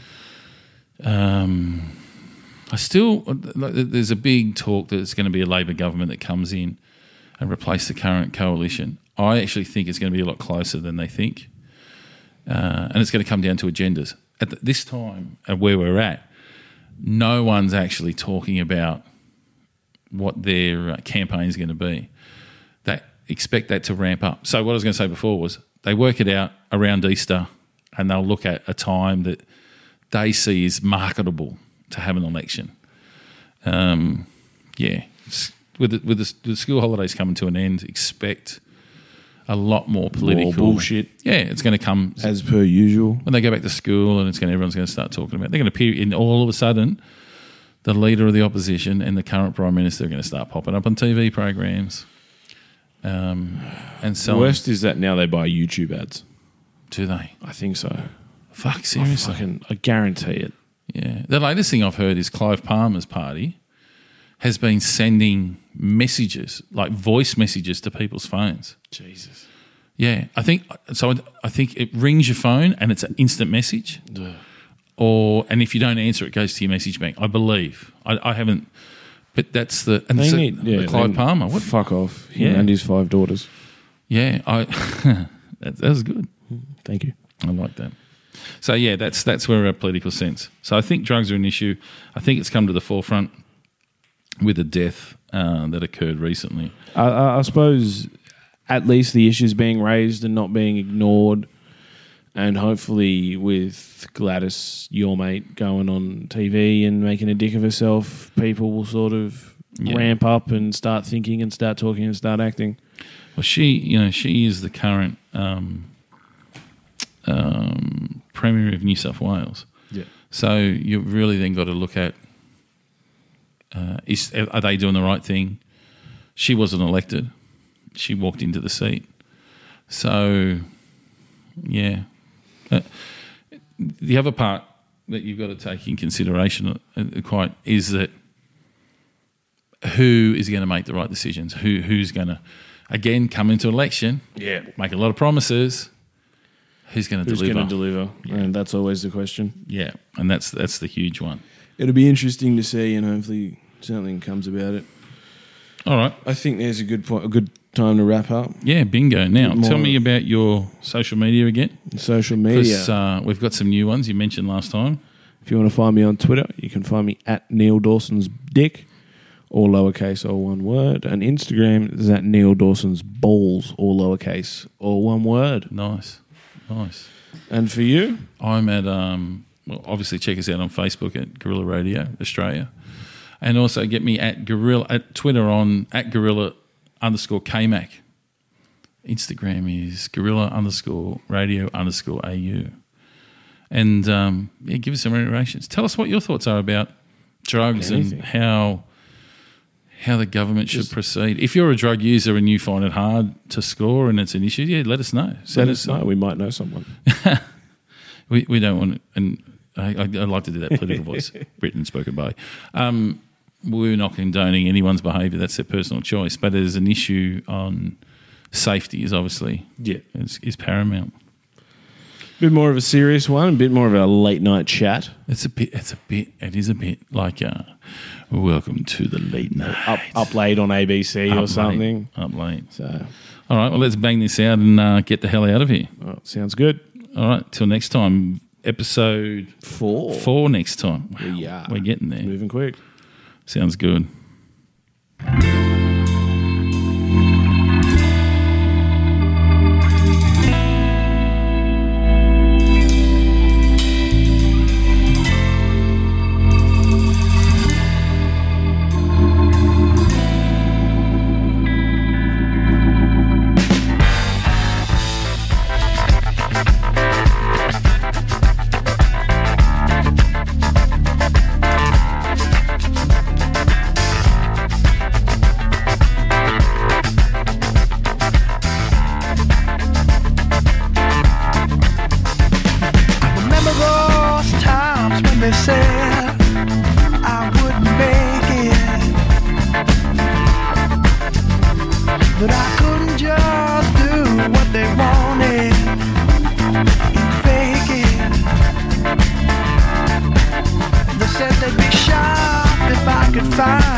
Speaker 4: Um, I still like, there's a big talk that it's going to be a Labor government that comes in and replace the current coalition. I actually think it's going to be a lot closer than they think, uh, and it's going to come down to agendas. At th this time, at where we're at, no one's actually talking about what their uh, campaign is going to be. They expect that to ramp up. So what I was going to say before was they work it out around Easter, and they'll look at a time that they see is marketable to have an election. Um, yeah, S- with the, with the, s- the school holidays coming to an end, expect a lot more political
Speaker 5: bullshit.
Speaker 4: Yeah, it's going to come
Speaker 5: As per usual.
Speaker 4: when they go back to school and it's going to, everyone's going to start talking about. They're going to appear in all of a sudden. The leader of the opposition and the current prime minister are going to start popping up on TV programs, um, and so
Speaker 5: The
Speaker 4: on.
Speaker 5: worst is that now they buy YouTube ads.
Speaker 4: do they?
Speaker 5: I think so.
Speaker 4: Fuck
Speaker 5: I,
Speaker 4: seriously.
Speaker 5: fucking, I guarantee it.
Speaker 4: Yeah. The latest thing I've heard is Clive Palmer's party has been sending messages, like voice messages to people's phones.
Speaker 5: Jesus.
Speaker 4: Yeah. I think so. I- I think it rings your phone and it's an instant message. Or, and if you don't answer, it goes to your message bank, I believe. I, I haven't, but that's the, and
Speaker 5: They
Speaker 4: so-
Speaker 5: need yeah,
Speaker 4: the Clive
Speaker 5: they-
Speaker 4: Palmer. What?
Speaker 5: Fuck off. Him
Speaker 4: Yeah.
Speaker 5: and his five daughters.
Speaker 4: Yeah. I, that, that was good.
Speaker 5: Thank you.
Speaker 4: I like that. So yeah, that's that's where our political sense. So I think drugs are an issue. I think it's come to the forefront with the death uh, that occurred recently.
Speaker 5: I, I, I suppose at least the issues being raised and not being ignored, and hopefully with Gladys, your mate, going on TV and making a dick of herself, people will sort of
Speaker 4: Yeah.
Speaker 5: ramp up and start thinking and start talking and start acting.
Speaker 4: Well, she you know she is the current um, um, premier of New South Wales.
Speaker 5: Yeah.
Speaker 4: So you've really then got to look at uh, is are they doing the right thing? She wasn't elected. She walked into the seat. So yeah, Uh, the other part that you've got to take in consideration uh, quite is that who is going to make the right decisions? Who who's going to again come into election?
Speaker 5: Yeah.
Speaker 4: make a lot of promises. Who's going to
Speaker 5: Who's
Speaker 4: deliver?
Speaker 5: going to deliver? And that's always the question.
Speaker 4: yeah, and that's that's the huge one.
Speaker 5: It'll be interesting to see, and hopefully something comes about it.
Speaker 4: All right.
Speaker 5: I think there's a good point, a good time to wrap up.
Speaker 4: Yeah, bingo. Now,
Speaker 5: More-
Speaker 4: tell me about your social media again.
Speaker 5: Social
Speaker 4: 'Cause,
Speaker 5: media.
Speaker 4: uh, we've got some new ones you mentioned last time.
Speaker 5: If you want to find me on Twitter, you can find me at Neil Dawson's Dick, all lowercase, all one word. And Instagram is at Neil Dawson's Balls, all lowercase, all one word.
Speaker 4: Nice. Nice.
Speaker 5: And for you,
Speaker 4: I'm at, um, well, obviously check us out on Facebook at Gorilla Radio Australia. And also get me at Gorilla, at Twitter on at Gorilla underscore KMAC. Instagram is Gorilla underscore radio underscore AU. And um, yeah, give us some iterations. Tell us what your thoughts are about drugs
Speaker 5: Anything.
Speaker 4: and how how the government should proceed. If you're a drug user and you find it hard to score and it's an issue, yeah, let us know.
Speaker 5: let
Speaker 4: Send
Speaker 5: us know. We might know someone.
Speaker 4: we, we don't want to, and I, I, I like to do that political voice, written and spoken by. Um, we're not condoning anyone's behaviour. That's their personal choice. But there's an issue on safety, is obviously
Speaker 5: Yeah.
Speaker 4: is, is paramount.
Speaker 5: bit more of a serious one, a bit more of a late night chat.
Speaker 4: It's a bit. It's a bit. It is a bit like uh, welcome to the late night.
Speaker 5: Up, up late on ABC
Speaker 4: Up
Speaker 5: or
Speaker 4: late,
Speaker 5: something.
Speaker 4: up late.
Speaker 5: So,
Speaker 4: All right. Well, let's bang this out and uh, get the hell out of here.
Speaker 5: well, sounds good.
Speaker 4: All right. Till next time. Episode
Speaker 5: Four.
Speaker 4: four next time. Wow,
Speaker 5: We are.
Speaker 4: We're getting there.
Speaker 5: Moving quick.
Speaker 4: Sounds good.
Speaker 6: But I couldn't just do what they wanted. Fake it. They said they'd be shocked if I could find.